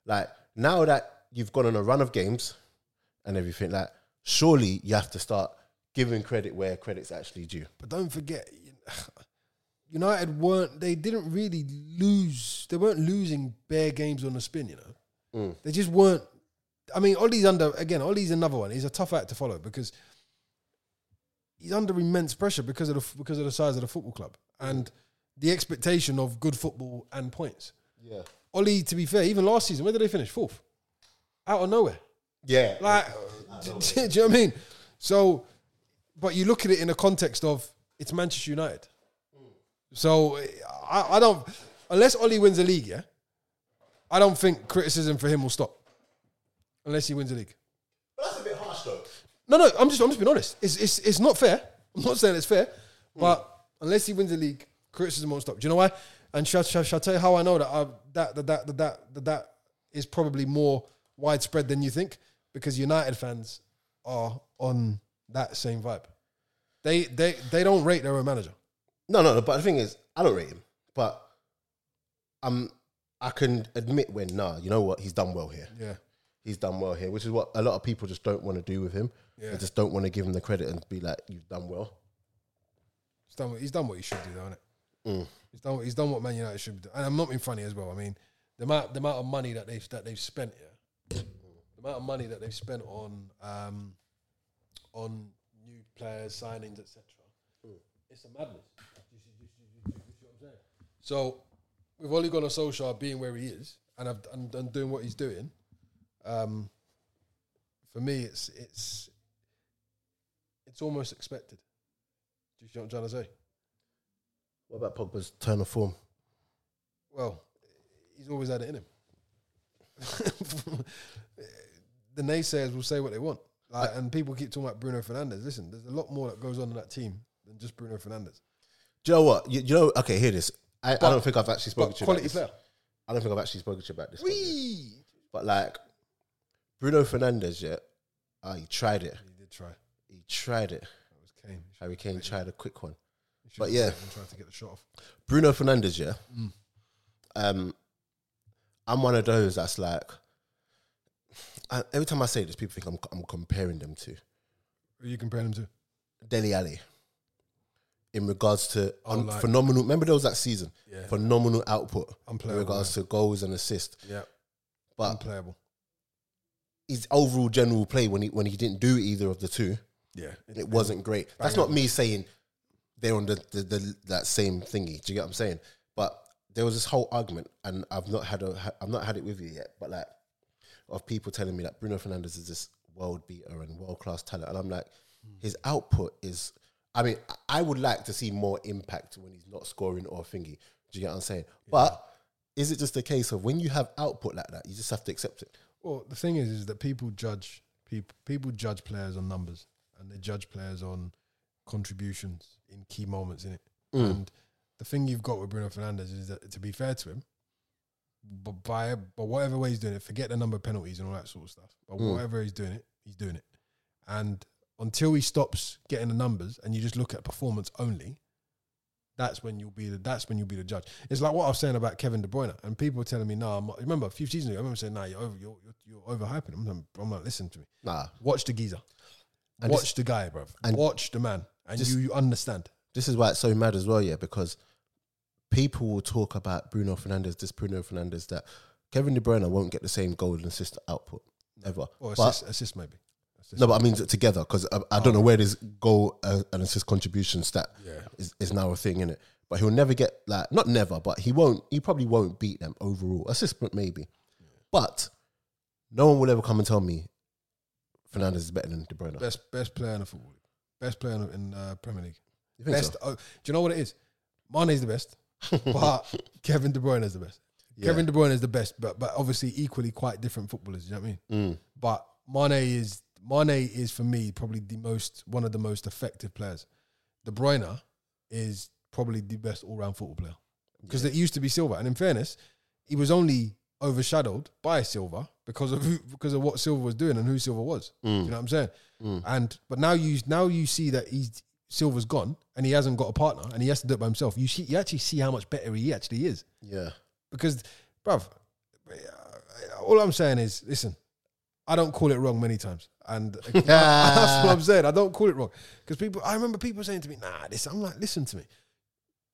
B: like now that you've gone on a run of games and everything, like, surely you have to start giving credit where credit's actually due.
A: But don't forget, United weren't. They didn't really lose. They weren't losing bare games on the spin. You know, they just weren't. I mean, Ollie's under again. Ollie's another one. He's a tough act to follow because he's under immense pressure because of the because of the size of the football club and the expectation of good football and points.
B: Yeah.
A: Ollie, to be fair, even last season, where did they finish? Fourth, out of nowhere.
B: Yeah.
A: Like, do, do you know what I mean? So, but you look at it in the context of it's Manchester United. So I, I don't, unless Ollie wins the league, yeah, I don't think criticism for him will stop, unless he wins the league.
B: but that's a bit harsh though.
A: No, no, I'm just, I'm just being honest. It's, it's, it's not fair. I'm not saying it's fair, but unless he wins the league, criticism won't stop. Do you know why? And shall, shall, shall I tell you how I know that, I, that, that, that, that, that, that, that is probably more widespread than you think? Because United fans are on that same vibe. They, they, they don't rate their own manager.
B: No, no, no. But the thing is, I don't rate him, but um, I can admit when nah, you know what, he's done well here.
A: Yeah.
B: He's done well here, which is what a lot of people just don't want to do with him.
A: Yeah.
B: They just don't want to give him the credit and be like, "You've done well."
A: He's done what he's done what he should do, though, is He's done what he's done what Man United should do, and I'm not being funny as well. I mean, the amount the amount of money that they've that they've spent, yeah, the amount of money that they've spent on um, on new players, signings, etc. It's a madness. You see- you see- you see- you see what I'm saying? So, with Ole Gunnar Solskjaer being where he is and I've, and, and doing what he's doing, um, for me, it's it's it's almost expected. Do you see what I'm trying to say?
B: What about Pogba's turn of form?
A: Well, he's always had it in him. the naysayers will say what they want. Like, and people keep talking about Bruno Fernandez. Listen, there's a lot more that goes on in that team than just Bruno Fernandez.
B: Do you know what? You, you know, okay, hear this. I, I don't think I've actually spoken
A: But
B: to you
A: quality
B: about
A: player.
B: this. I don't think I've actually spoken to you about this. But like Bruno Fernandez, yeah, ah, he tried it.
A: He did try. That
B: He tried it.
A: was Kane. He should-
B: Harry Kane tried a quick one.
A: he should
B: But
A: have
B: yeah.
A: taken and tried to get the shot off.
B: Bruno Fernandez, yeah.
A: Mm.
B: Um, I'm one of those that's like, I, every time I say this, people think I'm I'm comparing them to
A: Who are you comparing him to?
B: Deli Ali. In regards to
A: Oh,
B: um,
A: like-
B: phenomenal, remember there was that season,
A: Yeah.
B: phenomenal output in
A: Unplayable,
B: regards to goals and assists,
A: Yeah.
B: but
A: Unplayable.
B: his overall general play when he when he didn't do either of the two,
A: Yeah.
B: it wasn't great. That's
A: Bang
B: not me saying they're on the, the, the that same thingy. Do you get what I'm saying? But there was this whole argument, and I've not had a I've not had it with you yet, but like of people telling me that Bruno Fernandez is this world beater and world class talent, and I'm like, his output is. I mean, I- I would like to see more impact when he's not scoring or thingy. Do you get what I'm saying? But is it just a case of when you have output like that, you just have to accept it?
A: Well, the thing is, is that people judge people people judge players on numbers, and they judge players on contributions in key moments in it. And the thing you've got with Bruno Fernandez is that, to be fair to him, but by but whatever way he's doing it, forget the number of penalties and all that sort of stuff. But whatever he's doing it, he's doing it. And until he stops getting the numbers, and you just look at performance only, that's when you'll be the that's when you'll be the judge. It's like what I was saying about Kevin De Bruyne, and people were telling me, "No, I'm not." Remember a few seasons ago, I remember saying, "No, you're over, you're, you're, you're overhyping." him." I'm, like, I'm like, listen to me.
B: Nah.
A: Watch the geezer,
B: And
A: watch the guy, bruv.
B: and
A: watch the man, and
B: just-
A: you, you understand.
B: this is why it's so mad as well, yeah, because people will talk about Bruno Fernandez, this Bruno Fernandez, that Kevin De Bruyne won't get the same goal and assist output ever.
A: Or
B: But-
A: assist, Oh. assist maybe. Assist.
B: no, but I mean t- together because I, I don't know where this goal uh, and assist contribution stat
A: Yeah.
B: is, is now a thing in it. But he'll never get like not never, but he won't. He probably won't beat them overall. Assist but maybe, but no one will ever come and tell me Fernandez is better than De Bruyne.
A: Best best player in the football, league. best player in, in uh, Premier League.
B: You think so?
A: Best. oh, do you know what it is? Mane's the best, but Kevin De Bruyne is the best.
B: Yeah.
A: Kevin De Bruyne is the best, but but obviously equally quite different footballers. You know what I mean?
B: Mm.
A: But Mane is Mane is for me probably the most one of the most effective players. De Bruyne is probably the best all round football player because it used to be Silva, and in fairness, he was only overshadowed by Silva because of who, because of what Silva was doing and who Silva was. Do you know what I'm saying? And but now you now you see that he's Silva's gone and he hasn't got a partner and he has to do it by himself. You see, you actually see how much better he actually is
B: Yeah,
A: because, bruv, all I'm saying is, listen, I don't call it wrong many times, and that's what I'm saying. I don't call it wrong because people. I remember people saying to me, "Nah, this." I'm like, listen to me,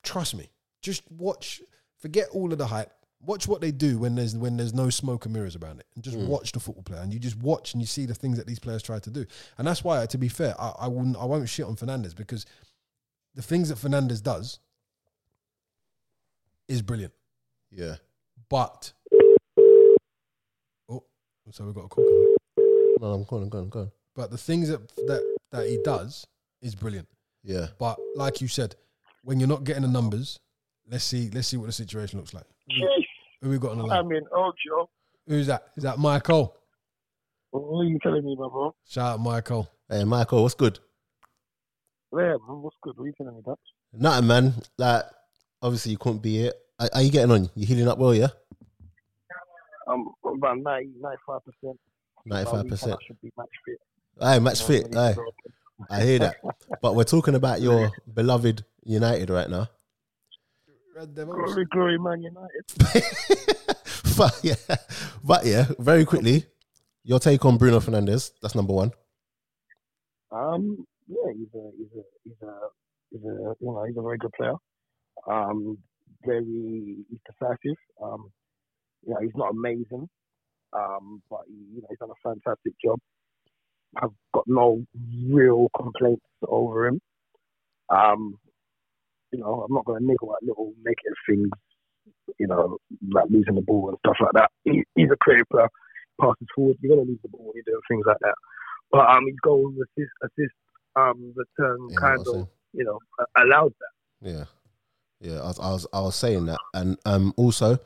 A: trust me, just watch, forget all of the hype. Watch what they do when there's when there's no smoke and mirrors around it, and just watch the football player, and you just watch and you see the things that these players try to do, and that's why, to be fair, I, I won't I won't shit on Fernandez because the things that Fernandez does is brilliant.
B: yeah.
A: But oh, so we've got a call coming.
B: No, I'm going, I'm going, I'm going.
A: But the things that that that he does is brilliant.
B: Yeah.
A: But like you said, when you're not getting the numbers, let's see let's see what the situation looks like. Who we got on the
C: I
A: line?
C: mean, oh, Joe.
A: Who's that? Is that Michael?
C: What are Oh, you telling me, my bro?
A: Shout out Michael.
B: Hey, Michael, what's good?
C: Yeah, bro, what's good? What are you telling me, that?
B: Nothing, man. Like, obviously, you couldn't be here. Are, are you getting on? You healing up well, yeah?
C: I'm about 90, 95%. By
B: 95%.
C: weekend, I should be match fit.
B: Aye, match
C: You
B: fit.
C: know, ready to
B: Aye,
C: go.
B: I hear that. But we're talking about your beloved United right now.
A: Red Devils.
C: Glory, glory, Man United.
B: but, yeah. but yeah, very quickly, your take on Bruno Fernandez. That's number one.
C: Um, yeah, he's a he's a he's a he's a you know he's a very good player. Um, very he's decisive. Um, you know he's not amazing, um, but he, you know he's done a fantastic job. I've got no real complaints over him. Um, you know I'm not going to niggle at little negative things. You know like losing the ball and stuff like that. He, he's a creative player. Passes forward. You're going to lose the ball when you're doing things like that. But um, his goals, assist, assist, um, return
B: Yeah,
C: kind
B: I'll
C: of
B: say.
C: you know, allowed that.
B: Yeah, yeah. I was, I was, I was saying that, and um, also,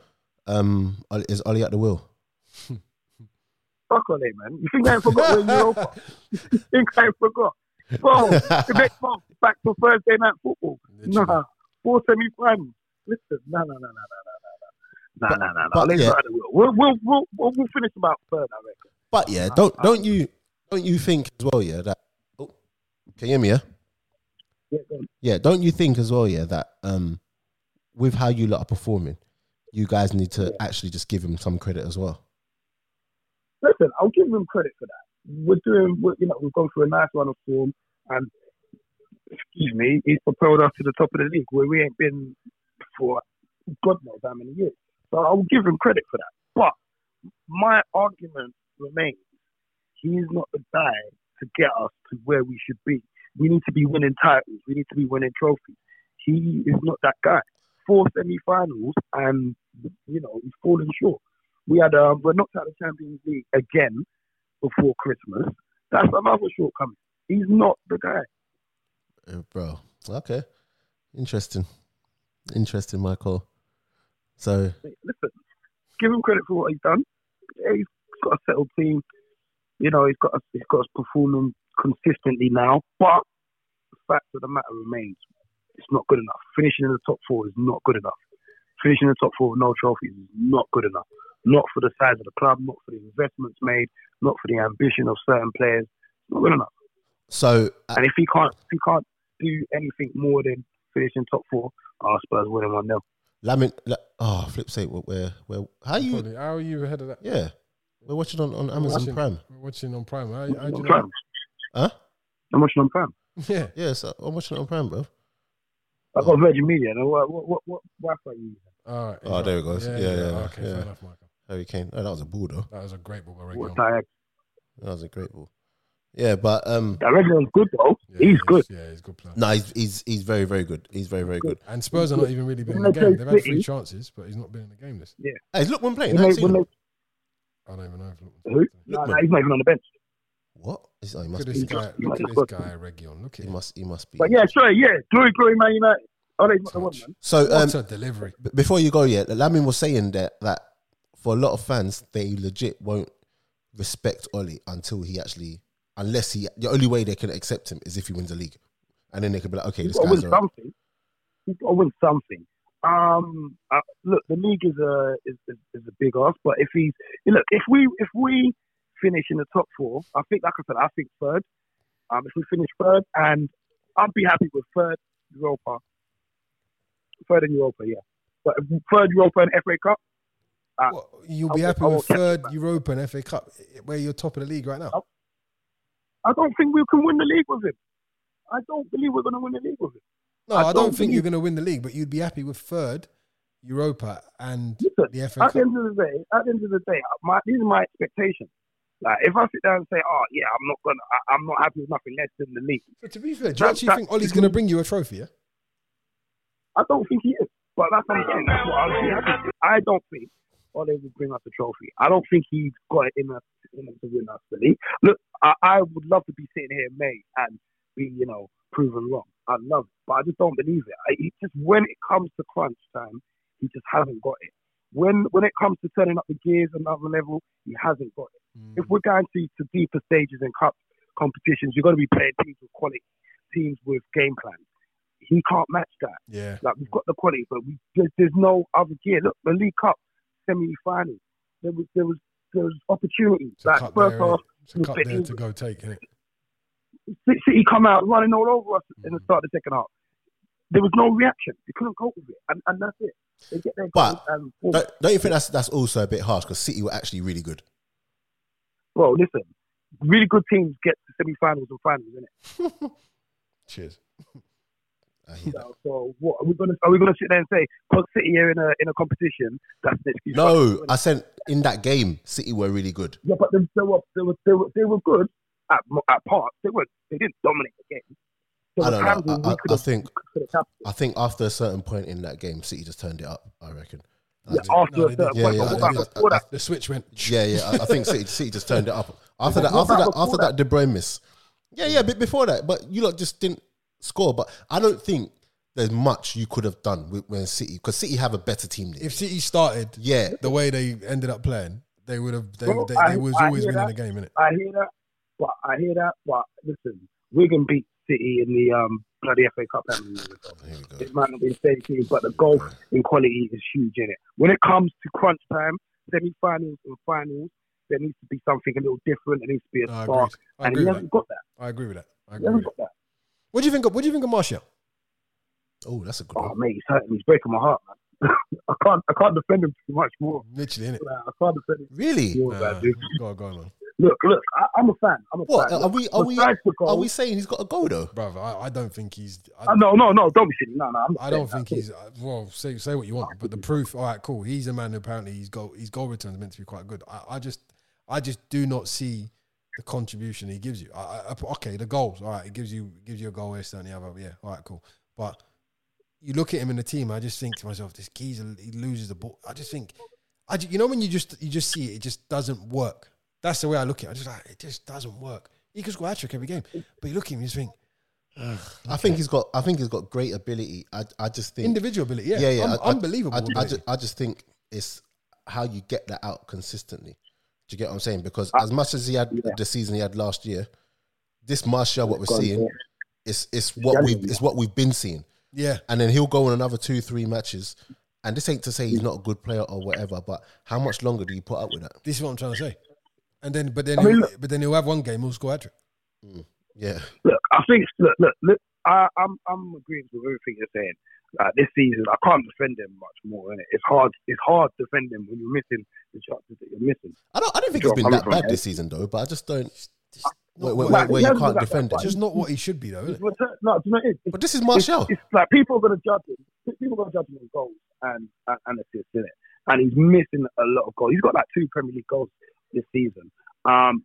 B: um, is Ollie at the wheel?
C: Fuck on it, man. You think I forgot when you're over? You think I forgot? Bro, the next month, back to Thursday night football. Nah, four semi finals. Listen, no, no, no, no, no, no, no. No, no, no, no.
B: but
C: Let's
B: yeah.
C: not have the wheel. We'll, we'll, we'll, we'll, we'll finish about third, I reckon.
B: But yeah, don't don't you don't you think as well, yeah, that oh, can you hear me, yeah?
C: Yeah, go on.
B: Yeah, don't you think as well, yeah, that um with how you lot are performing, you guys need to actually just give him some credit as well.
C: Listen, I'll give him credit for that. We're doing, we're, you know, we've gone through a nice run of form, and excuse me, he's propelled us to the top of the league where we ain't been for God knows how many years. So I'll give him credit for that. But my argument remains: he's not the guy to get us to where we should be. We need to be winning titles. We need to be winning trophies. He is not that guy. Four semi-finals, and you know he's falling short. We had um, we're knocked out of the Champions League again before Christmas. That's another shortcoming. He's not the guy.
B: Uh, bro. Okay. Interesting. Interesting, Michael. So
C: listen, give him credit for what he's done. Yeah, he's got a settled team. You know, he's got us, he's got us performing consistently now. But the fact of the matter remains, it's not good enough. Finishing in the top four is not good enough. Finishing in the top four with no trophies is not good enough. Not for the size of the club, not for the investments made, not for the ambition of certain players. It's not good enough.
B: so uh,
C: And if he can't, if he can't do anything more than finishing top four, our Spurs winning one 0
B: Lamin La- oh flip sake wh- where where how you
A: Probably. How are you ahead of that?
B: yeah. We're watching on, on Amazon
A: watching.
B: Prime.
A: We're watching on Prime. How, how do you know?
C: Prime.
B: Huh?
C: I'm watching on Prime.
A: Yeah.
B: Yeah, so I'm watching it on Prime, bro.
C: I've got Virgin Media. and What what what what Wi-Fi you using?
A: All right.
B: Oh, there it goes. Yeah, yeah, yeah.
A: Okay, fair
B: Yeah.
A: enough, Michael.
B: Harry Kane. Oh, that was a ball though.
A: That was a great ball by Ray
C: What
A: Gilmore.
C: Dyak?
B: That was a great ball. Yeah, but um
C: That Reginald's good though.
A: Yeah,
C: he's good.
A: Yeah, he's a good player.
B: no, he's he's he's very, very good. He's very, very good.
A: And Spurs are not even really been in
C: When
A: the
C: they
A: game.
C: play
A: They've had three
C: City-
A: chances, but he's not been in the game this.
B: Hey, look when playing.
C: When
B: I
C: they,
B: ain't seen
C: when they,
B: him.
A: I don't even know. If
C: who?
A: look,
C: No,
B: Lookman.
C: no, he's not even on the bench.
B: What? He's- oh, he
A: look
B: must
A: at
B: be
A: this
C: He's
A: guy.
C: just-
A: Look at
C: he's
A: this
C: just-
A: guy, Region. Look at
B: he
A: him.
B: must he must be
C: But yeah, sure, yeah, glory, glory, Man United. Oh, he's not the one,
A: Touch.
C: man.
B: So um,
A: What a delivery.
B: B- before you go, yeah, Lamin was saying that that for a lot of fans, they legit won't respect Oli until he actually, unless he, the only way they can accept him is if he wins the league, and then they can be like, okay,
C: He's
B: this
C: got to
B: guy's
C: win
B: alright.
C: something. He's got to win something. Um, uh, look, the league is a is, is, is a big ask, but if he's look, if we if we finish in the top four, I think, like I said, I think third. Um, if we finish third, and I'd be happy with third Europa, third in Europa, yeah. But if- third Europa and FA Cup, I-
A: What, you'll
C: I
A: be
C: will-
A: happy
C: I will
A: with
C: catch
A: third
C: that.
A: Europa and FA Cup, i- where you're top of the league right now.
C: I'll- I don't think we can win the league with him. I don't believe we're going to win the league with him.
A: No, I,
C: I
A: don't,
C: don't
A: think
C: believe-
A: you're going to win the league, but you'd be happy with third Europa and
C: Listen,
A: the FA
C: at the
A: Cup.
C: end of the day, at the end of the day, my, these are my expectations. Like if I sit down and say, "Oh yeah, I'm not gonna, I, I'm not happy with nothing less than the league,"
A: But to be fair, do you
C: That-
A: actually
C: that-
A: think Ollie's going to bring you a trophy? Yeah?
C: I don't think he is. But that's what I'm saying. That's what I'm saying. I don't think Ole will bring us a trophy. I don't think he's got it in us in us to win us the league. Look, I, I would love to be sitting here in May and be, you know, proven wrong. I love it, but I just don't believe it. I, he just when it comes to crunch time, he just hasn't got it. When when it comes to turning up the gears another level, he hasn't got it.
A: Mm,
C: If we're going to, to deeper stages and cup competitions, you're going to be playing teams with quality, teams with game plans. He can't match that.
A: Yeah.
C: Like we've got the quality, but we there's, there's no other gear. Look, the League Cup semi-final. There was there was there was opportunities.
A: It's a
C: Like
A: cup
C: first
A: there,
C: half,
A: innit? It's a
C: was
A: cup
C: the
A: there to
C: England-
A: go take, innit?
C: City- City come out running all over us in the
A: Mhm.
C: start of the second half. There was no reaction. They couldn't cope with it, and, and that's it. They get their
B: But
C: goals and boom.
B: Don't, don't you think that's that's also a bit harsh because City were actually really good.
C: Bro, listen, really good teams get to semi-finals and finals, innit?
A: Cheers.
B: I hear that.
C: So, so what are we gonna are we gonna sit there and say because City are in a in a competition that's an excuse? for us to
B: No,
C: win?
B: I said in that game, City were really good.
C: yeah, but they, they were they were they were they were good at mo- at parts. They were they didn't dominate the game. There
B: I
C: were
B: don't
C: times
B: know.
C: when
B: I,
C: we
B: I, I
C: could've-
B: think
C: could've capitalised.
B: I think after a certain point in that game, City just turned it up. I reckon.
C: Yeah,
A: No,
C: after
A: they
C: a certain
A: didn't.
C: point,
B: Yeah,
C: but
B: yeah,
C: what about
B: yeah.
C: before that?
A: The switch went.
B: Yeah, yeah. I, I think City, City just turned it up after that.
C: What
B: After that,
C: about
B: after
C: before
B: that, De Bruyne miss. Yeah, yeah. But before that, but you lot just didn't score. But I don't think there's much you could have done with, when City because City have a better team. Than
A: If City started
B: yeah,
A: the way they ended up playing, they would have. They,
C: Bro,
A: they,
C: I-
A: they was
C: I
A: always
C: hear
A: winning
C: that.
A: the game, innit?
C: I hear that, but I hear that, but listen, Wigan beat City in the um bloody FA Cup. how many years ago?
B: Oh, Here we go.
C: It might not be the same team, but the goal in quality is huge in it. When it comes to crunch time, semi-finals and finals, there needs to be something a little different. There needs to be a
A: No, I agree.
C: spark,
A: I
C: and
A: agree
C: he
A: with
C: hasn't
A: that.
C: got that.
A: I agree with that. I agree
C: He
A: with that.
C: hasn't got that.
A: What do you think? Of, what do you think of Martial?
B: Oh, that's a good
C: Oh
B: one.
C: mate, he's hurting. me. He's breaking my heart, man. I can't, I can't defend him too much more.
A: Literally, innit?
C: Like, I can't defend him
B: Really?
C: too more,
A: Uh,
C: man. Dude.
A: go on, go on, man.
C: Look, look, I, I'm a fan. I'm a
B: What
C: fan.
B: are we? Are we?
C: Besides the goal-
B: Are we saying he's got a go though?
A: brother. I, I don't think he's. I,
C: Uh, no, no, no, don't be silly. No, no, I'm not
A: I don't
C: saying
A: think he's. uh, Well, say say what you want, but the proof. All right, cool. He's a man who apparently his goal his goal returns meant to be quite good. I, I just I just do not see the contribution he gives you. I, I- I put- okay, the goals. All right, it gives you gives you a goal, this, that, and the other. Yeah, all right, cool. But you look at him in the team. I just think to myself, this geezer, he loses the ball. I just think, I ju- you know when you just you just see it, it just doesn't work. That's the way I look at. it. I just like it just doesn't work. He could score a hat trick every game, but you look at him, you just think
B: I think he's got. I think he's got great ability. I, I just think
A: individual ability. Yeah,
B: yeah.
A: un-
B: I- I-
A: unbelievable.
B: I, I,
A: ability.
B: just, I just think it's how you get that out consistently. Do you get what I'm saying? Because
C: Uh,
B: as much as he had the season he had last year, this Martial, what we're
C: Gone,
B: seeing,
C: yeah.
B: it's it's what we it's what we've been seeing.
A: yeah,
B: And then he'll go in another two, three matches. And this ain't to say he's not a good player or whatever, but how much longer do you put up with that?
A: this is what I'm trying to say. And then, but then,
C: I mean,
A: he'll-
C: look-
A: but then he'll have one game, he'll score a hat trick.
B: Yeah,
C: look, I think look, look, look I, I'm I'm agreeing with everything you're saying. Like this season, I can't defend him much more. Innit? It's hard. It's hard defending him when you're missing the chances that you're missing.
B: I don't. I don't think
C: Sure,
B: it's been
C: coming
B: that
C: from
B: bad
C: him.
B: this season though. But I just don't. Where,
A: not
B: where,
A: what-
B: where, where
C: Nah,
B: you can't
C: he hasn't
B: defend it.
C: got that
A: It's just not what he should be, though, is
C: It's
A: it?
C: return- No, do you know what it is? It's
B: But this is
C: it's,
B: Martial.
C: it's like people are going to judge him. People are going to judge him on goals and, and, and assists, innit? And he's missing a lot of goals. He's got like two Premier League goals this season. Um,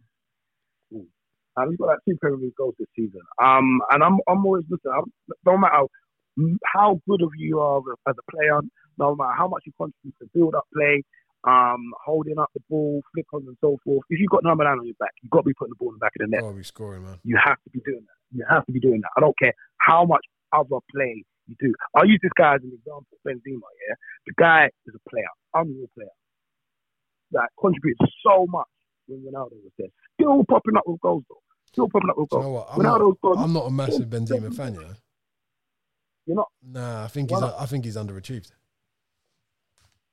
C: ooh. and he's got like two Premier League goals this season. Um, and I'm I'm always listen. I'm, no matter how good of you are as a player, no matter how much you contribute to build up play, um, holding up the ball, flick ons and so forth. If you've got no man on your back, you've got to be putting the ball in the back of the net.
A: Oh, he's scoring, man.
C: You have to be doing that. You have to be doing that. I don't care how much other play you do. I'll use this guy as an example, Benzema, yeah? The guy is a player, unreal player, that contributes so much when Ronaldo was there. Still popping up with goals, though. Still popping up with
A: Do you know
C: goals.
A: what? I'm not,
C: Ronaldo's gone.
A: I'm not a massive Benzema fan, you know.
C: You're not.
A: Nah, I think
C: Why
A: he's I think he's underachieved. Say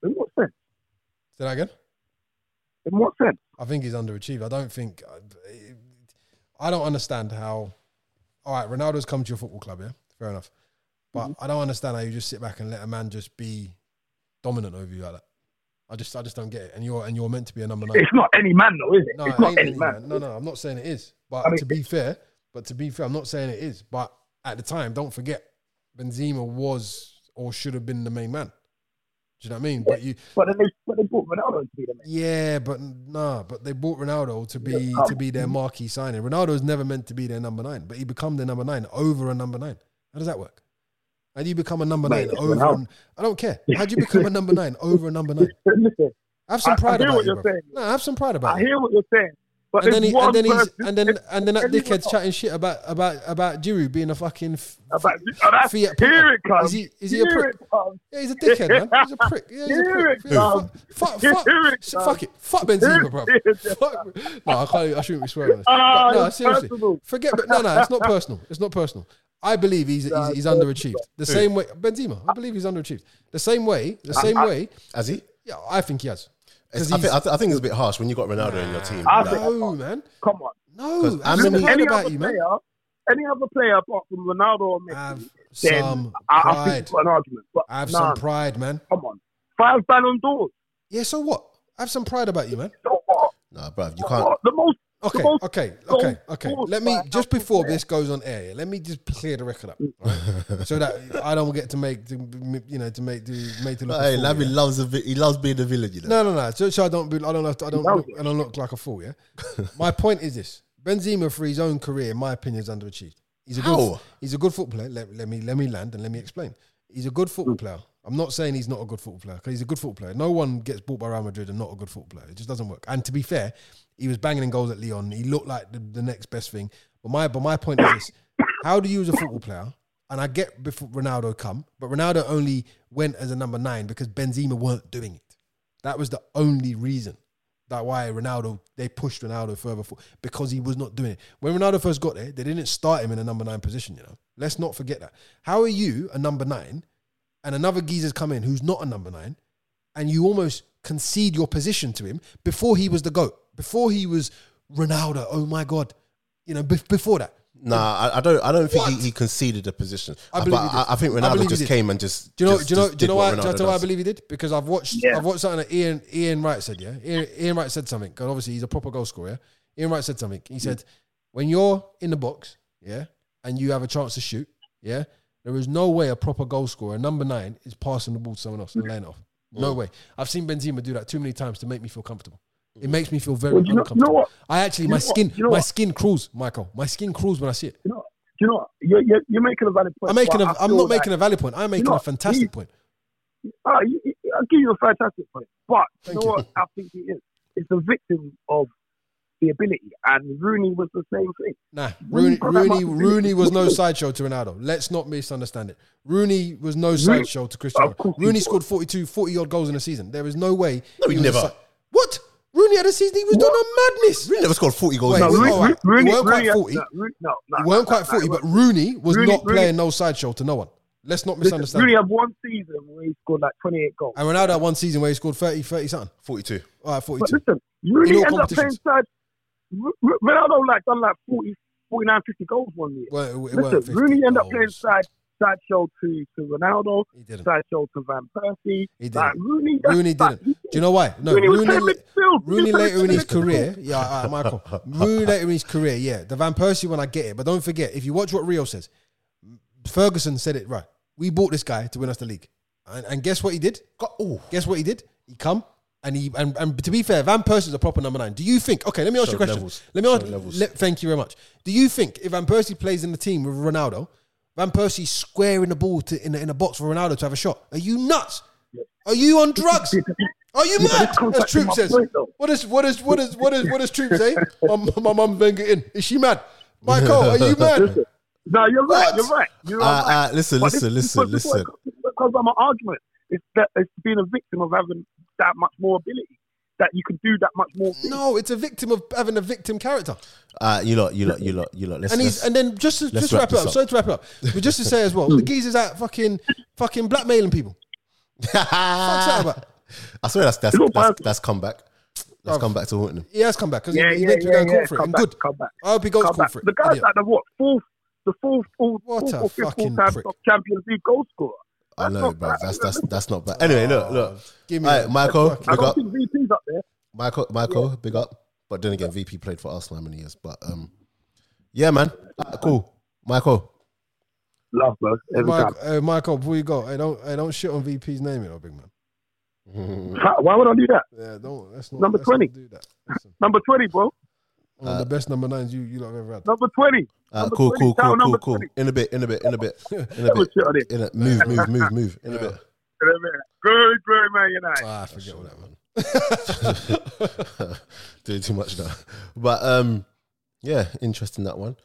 C: In what sense?
A: that again.
C: In what sense?
A: I think he's underachieved. I don't think I don't understand how. All right, Ronaldo's come to your football club, yeah, fair enough, but
C: Mm-hmm.
A: I don't understand how you just sit back and let a man just be dominant over you like that. I just I just don't get it. And you're and you're meant to be a number nine.
C: It's not any man, though, is it?
A: No,
C: it's
A: it
C: not
A: ain't
C: any
A: any
C: man.
A: man. No, no, I'm not saying it is. But
C: I mean-
A: to be fair, but to be fair, I'm not saying it is. But at the time, don't forget, Benzema was or should have been the main man. Do you know what I mean? But you,
C: But then they, but they brought Ronaldo to be the man.
A: yeah, but nah, but they bought Ronaldo to be
C: um,
A: to be their marquee signing. Ronaldo was never meant to be their number nine, but he become their number nine over a number nine. How does that work? How do you become a number
C: Mate,
A: nine
C: it's
A: over?
C: Ronaldo.
A: an- I don't care. How do you become a number nine over a number nine?
C: Listen,
A: Have
C: I-
A: some
C: I
A: pride
C: hear
A: about
C: what
A: you,
C: you're
A: bro.
C: saying.
A: No, have some pride about
C: I
A: it
C: hear what you're saying. But
A: and then, he,
C: one
A: and then he's
C: person,
A: and then and then that
C: everyone
A: dickhead's
C: else.
A: chatting shit about about about Giroud being a fucking f-
C: About, oh, that's,
A: Fiat
C: here it
A: Pulse.
C: comes.
A: Is he- is he a
C: Here
A: prick?
C: it comes.
A: yeah, he's a dickhead, man. He's a prick. Yeah, he's a
C: Here
A: prick.
C: it
A: Yeah, fuck,
C: comes.
A: fuck,
C: Here
A: fuck,
C: it
A: sh-
C: comes.
A: fuck it. Fuck Benzema, bro.
C: Here it
A: Fuck. No, I can't. I shouldn't be swearing. on this.
C: Ah,
A: But no,
C: it's
A: seriously.
C: personal.
A: Forget. But no, no, it's not personal. It's not personal. I believe he's
C: Nah,
A: he's, he's
C: it's
A: underachieved. The same way Benzema. I believe he's underachieved. The same way. The same way.
B: Has he?
A: Yeah, I think he has.
B: It's-
A: Because
B: I, think,
A: he's
B: I, th- I think it's a bit harsh when you got Ronaldo in your team.
C: I
B: Like,
C: think-
A: no man.
C: Come on.
A: No,
B: I
A: I'm
B: mean-
A: proud
C: Any
A: about
C: other
A: you,
C: player,
A: man.
C: any other player apart from Ronaldo or Messi,
A: Have
C: then
A: some
C: I, I think
A: pride.
C: it's got an argument. But
A: Have
C: nah,
A: some pride, man.
C: come on. Five Ballon d'Ors.
A: Yeah, so what? Have some pride about you, man.
C: So what?
B: nah, bruv, you
C: So
B: can't.
C: what? The most.
A: Okay,
C: the most
A: okay,
C: goals
A: okay, okay.
C: scored
A: Let me
C: by an
A: just
C: Arsenal
A: before
C: player.
A: this goes on air. Let me just clear the record up, right? so that I don't get to make the, you know to make the make the look. a
B: Hey,
A: fool,
B: Lavi
A: yeah?
B: loves a vi- he loves being the villain, you know.
A: No, no, no. So, so I don't, be, I don't, have to- I don't, look, I don't look like a fool. Yeah. my point is this: Benzema, for his own career, in my opinion, is underachieved. He's a good,
B: How?
A: he's a good football player. Let, let me, let me land and let me explain. He's a good football player. I'm not saying he's not a good football player because he's a good football player. No one gets bought by Real Madrid and not a good football player. It just doesn't work. And to be fair, he was banging in goals at Leon. He looked like the, the next best thing. But my, but my point is this: How do you as a football player? And I get before Ronaldo come, but Ronaldo only went as a number nine because Benzema weren't doing it. That was the only reason that why Ronaldo they pushed Ronaldo further for because he was not doing it. When Ronaldo first got there, they didn't start him in a number nine position. You know, let's not forget that. How are you a number nine, and another geezer's come in who's not a number nine, and you almost concede your position to him before he was the goat, before he was Ronaldo. Oh my god, you know, bef- before that.
B: Nah, I, I don't. I don't think he,
A: What?
B: he conceded a position.
A: I
B: I
A: believe
B: but
A: he did.
B: I, I think
A: I believe
B: Ronaldo
A: he
B: just
A: did.
B: came and just.
A: Do you know?
B: Just,
A: do you know?
B: just
A: Do you
B: did
A: know
B: what
A: why? Do you
B: Ronaldo
A: know why I
B: does.
A: believe he did? Because I've watched.
C: Yeah.
A: I've watched something that Ian Ian Wright said. Yeah, Ian, Ian Wright said something. Because obviously he's a proper goal scorer. Yeah? Ian Wright said something. He said, "When you're in the box, yeah, and you have a chance to shoot, yeah, there is no way a proper goal scorer, number nine,
B: Mm.
A: is passing the ball to someone else and laying it off. No way. I've seen Benzema do that too many times to make me feel comfortable.
B: Mm.
A: It makes me feel very
C: Well, do you know, you
A: uncomfortable.
C: know what?
A: I actually,
C: You
A: my
C: know what?
A: skin,
C: You know
A: my
C: what?
A: skin crawls, Michael. My skin crawls when I see it.
C: You know, you know what? You're, you're, you're making a valid point.
A: I'm making, a,
C: but I
A: I'm
C: feel
A: not
C: like-
A: making a valid point. I'm making
C: know
A: a
C: what?
A: fantastic
C: You-
A: point.
C: Oh, you, you, I'll give you a fantastic point. But you
A: Thank
C: know what? I think it is. It's a victim of the ability, and Rooney was the same thing.
A: Nah,
C: When
A: Rooney,
C: you got that
A: Rooney,
C: much-
A: Rooney was no
C: Look,
A: sideshow to Ronaldo. Let's not misunderstand it. Rooney was no sideshow to Cristiano.
C: Of course he
A: Rooney
C: was.
A: scored 42, 40 odd goals in a season. There is no way.
B: No, he
A: was a
B: never.
A: si- what? Rooney had a season. He was doing a madness.
B: Rooney never scored 40 goals.
A: Wait,
C: No,
B: in a
A: Rooney-
B: season.
A: all right.
C: Rooney, Rooney,
A: He weren't quite
C: Rooney,
A: 40.
C: no, Rooney, no, no,
A: He weren't
C: no,
A: quite
C: no,
A: 40,
C: he
A: but
C: wasn't.
A: Rooney was
C: Rooney-
A: not
C: Rooney-
A: playing no sideshow to no one. Let's not
C: Listen,
A: misunderstand.
C: Rooney had one season where he scored like 28 goals.
A: and Ronaldo had one season where he scored 30, 30 something.
B: 42.
A: All right,
C: But
A: 42.
C: listen,
A: In
C: Rooney
A: all
C: ended up playing
A: competitions.
C: side. Ro- Ro- Ronaldo like done like 40, 49, 50 goals one year.
A: Well, it, it weren't
C: Listen,
A: 50
C: Rooney ended up playing
A: goals.
C: side sideshow to to Ronaldo,
A: He didn't.
C: sideshow to Van Persie.
A: He
C: Like,
A: didn't.
C: Rooney, that's-
A: Rooney
C: like,
A: didn't. Do you know why? No,
C: Rooney was
A: Rooney,
C: playing midfield. He
A: Rooney
C: was
A: later in
C: playing
A: his
C: midfield.
A: career, yeah, all right, Michael. Rooney later in his career, yeah. The Van Persie one, I get it, but don't forget if you watch what Rio says, Ferguson said it right. We bought this guy to win us the league, and, and guess what he did?
B: Got, oh,
A: Guess what he did? He come and he and, and to be fair, Van Persie's a proper number nine. Do you think? Okay, let me ask you a
B: Showed
A: question.
B: levels.
A: Let me ask.
B: Showed levels.
A: Let, thank you very much. Do you think if Van Persie plays in the team with Ronaldo, Van Persie squaring the ball to in a, in a box for Ronaldo to have a shot? Are you nuts? Are you on drugs? Are Oh, you
C: Yeah, but
A: mad?
C: this comes back
A: As
C: to
A: Troop
C: my
A: says.
C: point, though.
A: What is what is what is what is what does Troop say? My my mum then get in. Is she mad? Michael, are you mad?
C: No, you're
A: What?
C: right. You're right. You're
B: Uh,
C: right.
B: uh, listen,
C: But this
B: listen,
C: is
B: listen,
C: because-
B: listen.
C: Because I'm an argument. It's that it's being a victim of having that much more ability. That you can do that much more.
A: No, it's a victim of having a victim character.
B: Uh, you lot, you lot, you lot, you lot. Let's,
A: And he's
B: let's,
A: and then just to, just to wrap it
B: wrap this
A: up,
B: up.
A: sorry to wrap it up, but just to say as
C: Hmm.
A: well, the geezer's out fucking fucking blackmailing people. What's that
C: Ah.
A: about?
B: I swear that's that's
C: It's all
B: that's,
C: personal.
B: that's come back. That's
A: Bruv.
B: come back to haunt him.
A: He has come back because
C: Yeah,
A: he,
C: yeah,
A: went to
C: yeah,
A: go and call
C: yeah.
A: for it.
C: Come
A: and
C: back,
A: good.
C: come back.
A: I hope he goes
C: Come
A: call
C: back.
A: for it.
C: The guy's
A: Idiot.
C: like the what fourth, the fourth, all,
A: What
C: fourth
A: a
C: or fifth
A: fucking
C: all-time
A: prick.
C: top Champions League goal scorer.
B: I
C: That's
B: know,
C: not
B: bro.
C: bad.
B: That's that's that's not bad. Anyway, look, look.
A: Give me
B: All right,
A: that.
B: Michael,
A: Fuck
B: big
C: I don't
B: up,
C: think VP's up there.
B: Michael, Michael, big up. But then again, VP played for Arsenal how many years? But um, yeah, man, Uh, cool, Michael.
C: Love, bro. Every time.
A: Mike, uh, Michael, before you go, I don't I don't shit on VP's name, you know, big man.
C: How, why would I do that?
A: Yeah, don't that's not
C: Number Uh,
A: let's not
C: 20.
A: do that. Listen,
C: Number 20, bro.
A: one of the best number nines you you lot have ever had.
C: Number 20.
B: Uh,
C: Number
B: cool,
C: 20,
B: cool,
C: town
B: cool, cool,
C: number
B: cool.
C: 20.
B: In a bit, in a bit, in a bit, in a
C: That was
B: bit.
C: shit on it.
B: In a, move, move, move, move. In a bit.
C: You know what I mean? Very, very Man United.
B: Uh,
A: Ah, I forget what that one.
B: Doing too much now. But um, yeah, interesting that one.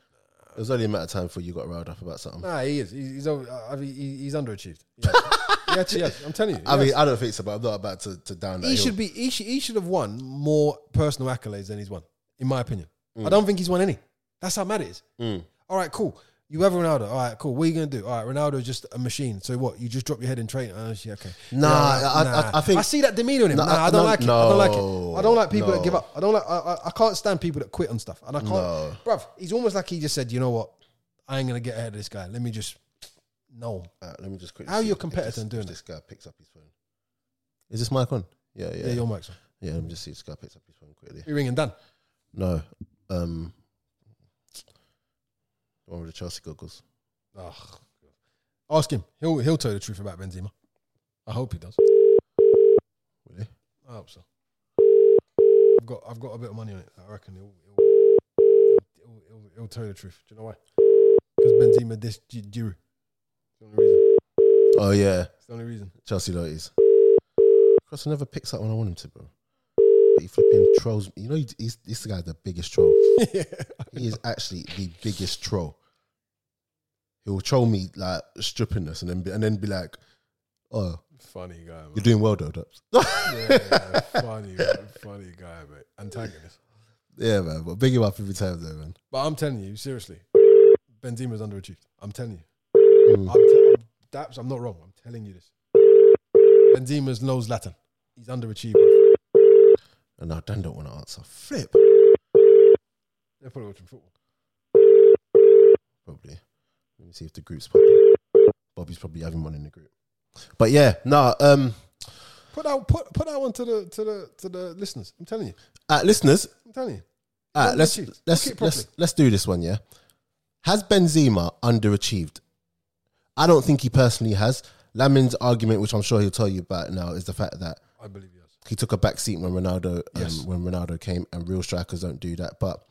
B: It was only a matter of time before you got riled up about something.
A: Nah, he is. He's he's, over, uh, I mean, he- he's underachieved. Yeah, yeah, I'm telling you.
B: I
A: yes.
B: mean, I don't think so, but I'm not about to, to down that.
A: he
B: hill.
A: should be. He should, he should have won more personal accolades than he's won, in my opinion.
B: Mm.
A: I don't think he's won any. That's how mad it is. All right, cool. You have Ronaldo. All right, cool. What are you gonna do? All right, Ronaldo is just a machine. So what? You just drop your head in training? Oh, shit, okay.
B: Nah, I- I- I think-
A: I see that demeanor in him.
B: No,
A: nah, I don't
B: no,
A: like it. I don't like it.
B: no,
A: I don't like people that
B: no.
A: give up. I don't like. I, I, I can't stand people that quit on stuff. And I can't.
B: No.
A: Bruv, he's almost like he just said, you know what? I ain't gonna get ahead of this guy. Let me just. No,
B: Uh, let me just quickly.
A: How are
B: see
A: your
B: if
A: competitor
B: this,
A: doing
B: if this guy picks up his phone. Is this mic on? Yeah, yeah.
A: yeah,
B: Yeah,
A: your mic's on.
B: let me just see if this guy picks up his phone quickly.
A: You ringing Dan?
B: No. Um, the one with the Chelsea goggles.
A: Ugh. Ask him. He'll he'll tell you the truth about Benzema. I hope he does.
B: Really?
A: I hope so. I've got I've got a bit of money on it. I reckon he'll he'll, he'll, he'll, he'll tell you the truth. Do you know why? Because Benzema dissed Gi- Giroud. It's the only reason.
B: Oh, yeah.
A: It's the only reason.
B: Chelsea Loties. Cross never picks up when I want him to, bro. But he flipping trolls. You know, he- he's, this guy's the biggest troll. He is actually the biggest troll. He will troll me like stripping us, and then be, and then be like, "Oh,
A: Funny guy,
B: you're
A: man.
B: doing well though, Dubs."
A: Yeah, funny, man. funny guy, mate. Antagonist.
B: yeah, man. But big him up every time though, man.
A: But I'm telling you, seriously, Benzema's underachieved. I'm telling you.
B: Mm.
A: I'm te- I'm, Daps, I'm not wrong. I'm telling you this. Benzema's no Latin. He's underachieved. bruv.
B: And now Dan don't want to answer. Flip,
A: They're probably watching football.
B: probably. Let me see if the group's popping. Bobby's probably having one in the group. But yeah, no. Um,
A: Put out, put put that one to the to the to the listeners. I'm telling you.
B: uh, listeners,
A: I'm telling you.
B: All right, let's
A: Underachieved.
B: let's
A: Look at it
B: let's
A: properly.
B: let's do this one. Yeah, has Benzema underachieved? I don't think he personally has. Lamin's argument, which I'm sure he'll tell you about now, is the fact that
A: I believe he has.
B: he took a back seat when Ronaldo um,
A: Yes.
B: when Ronaldo came, and real strikers don't do that. But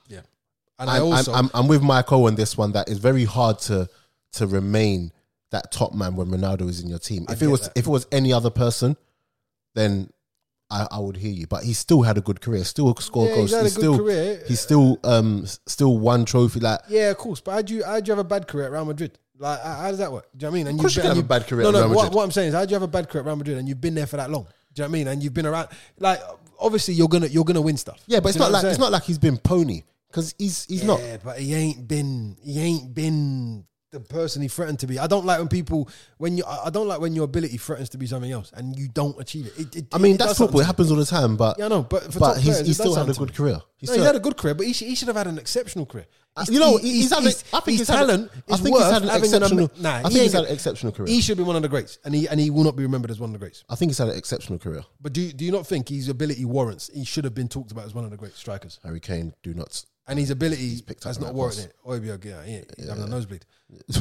A: And i
B: I'm, I'm-
A: also
B: I'm, I'm with Michael on this one. That it's very hard to to remain that top man when Ronaldo is in your team.
A: I
B: If it
A: get
B: was
A: that.
B: if it was any other person, then I, I would hear you. But he still had a good career. Still scored
A: yeah,
B: goals.
A: he's had a good
B: still
A: career.
B: he still um s- still won trophy. Like
A: Yeah, of course. But how do you how do you have a bad career at Real Madrid? Like how, how does that work? Do you know what I mean? And
B: course you
A: been-
B: can
A: and
B: have a bad career
A: No,
B: at
A: no.
B: Real
A: what,
B: Madrid.
A: what I'm saying is, how do you have a bad career at Real Madrid and you've been there for that long? Do you know what I mean? And you've been around. Like obviously you're gonna you're gonna win stuff.
B: yeah, but
A: Do
B: it's
A: you know
B: not
A: what
B: like
A: I'm
B: it's
A: saying?
B: not like he's been pony because he's he's not.
A: Yeah, but he ain't been he ain't been the person he threatened to be. I don't like when people when you I I don't like when your ability threatens to be something else and you don't achieve it. It- it-
B: I mean
A: it
B: that's
A: does something
B: football.
A: to
B: It
A: me.
B: happens all the time. But
A: Yeah, I know, but for
B: but
A: top
B: he's,
A: players, it
B: he's
A: does
B: still had
A: something
B: a
A: to
B: good
A: me.
B: career. He's
A: No,
B: still
A: he's had a good career, but he should, he should have had an exceptional career. He's-
B: Uh, you know,
A: he-
B: he's, had.
A: he's-
B: a, I think
A: his
B: he's had.
A: talent
B: A, I
A: is
B: think he's
A: worth
B: had an
A: having an ama-
B: exceptional.
A: Nah,
B: I
A: he
B: think he's
A: ain't-
B: had an exceptional career.
A: He should be one of the greats, and he and he will not be remembered as one of the greats.
B: I think he's had an exceptional career.
A: But do you, do you not think his ability warrants? He should have been talked about as one of the great strikers,
B: Harry Kane, do not.
A: and his ability
B: picked up
A: has
B: on
A: not
B: that
A: warranted
B: pass.
A: it. Oh, yeah, yeah, he ain't- he's having a nosebleed.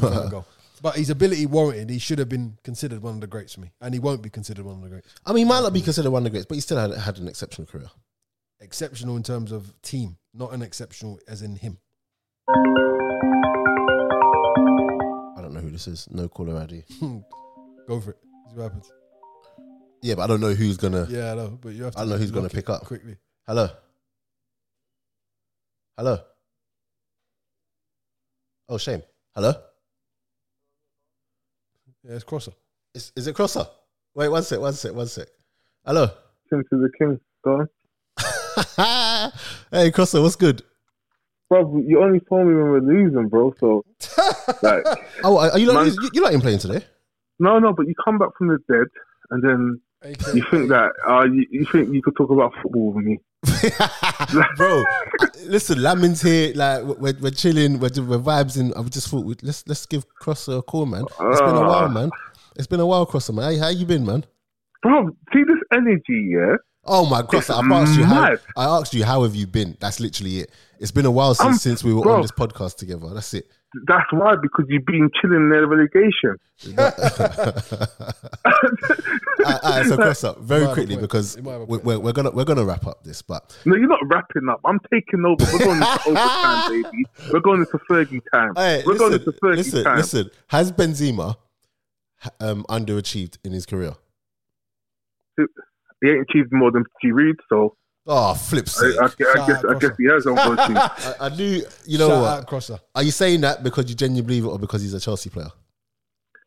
A: Gotta go. But his ability warranted. He should have been considered one of the greats for me, and he won't be considered one of the greats.
B: I mean, he might not be considered one of the greats, but he still had, had an exceptional career.
A: Exceptional in terms of team, not an exceptional as in him.
B: I don't know who this is. No caller ID.
A: Go for it. See what happens.
B: Yeah, but I don't know who's gonna.
A: Yeah, I know, but you have to.
B: I don't know who's gonna
A: lock it
B: pick up.
A: quickly.
B: Hello. Hello. Oh, shame. Hello.
A: Yeah, it's crosser.
B: Is is it Crosser? Wait, one sec. One sec. One sec. Hello.
C: Tim to the King. Go on.
B: hey, Crosser, what's good?
C: Bro, you only phone me when we're losing, bro. So, like,
B: Oh, are are you not
C: Man-
B: you, you're not even playing today?
C: no, no, but you come back from the dead and then you think that, uh, you, you think you could talk about football with me.
B: bro. I- listen, Lamin's here. Like we're, we're chilling, we're, we're vibes, and I just thought we'd, let's let's give Crosser a call, man. It's been a
C: Ah.
B: while, man. It's been a while, Crosser, man. How, how you been, man?
C: Bro, see this energy, yeah?
B: Oh my Crosser, I've
C: It's
B: asked you how
C: mad.
B: I asked you how have you been. That's literally it. It's been a while since
C: I'm-
B: since we were on
C: Um, bro.
B: this podcast together. That's it.
C: That's why, because you've been chilling in the relegation.
B: All right, all right, so Crosser, very
A: might have a
B: quickly
A: point.
B: because
A: You might have a
B: we- we're, we're gonna we're gonna wrap up this, but
C: No, you're not wrapping up. I'm taking over. We're going into overtime, baby. We're going into Fergie time.
B: Hey,
C: We're going into Fergie
B: listen,
C: time.
B: listen. Has Benzema um, underachieved in his career?
C: He ain't achieved more than G Reed, so
B: Oh, flips.
C: I, I, I,
A: Shout
C: guess,
A: out,
C: I guess he has unfortunately.
B: I, I knew. You know
A: Shout
B: what?
A: out crosser.
B: Are you saying that because you genuinely believe it or because he's a Chelsea player?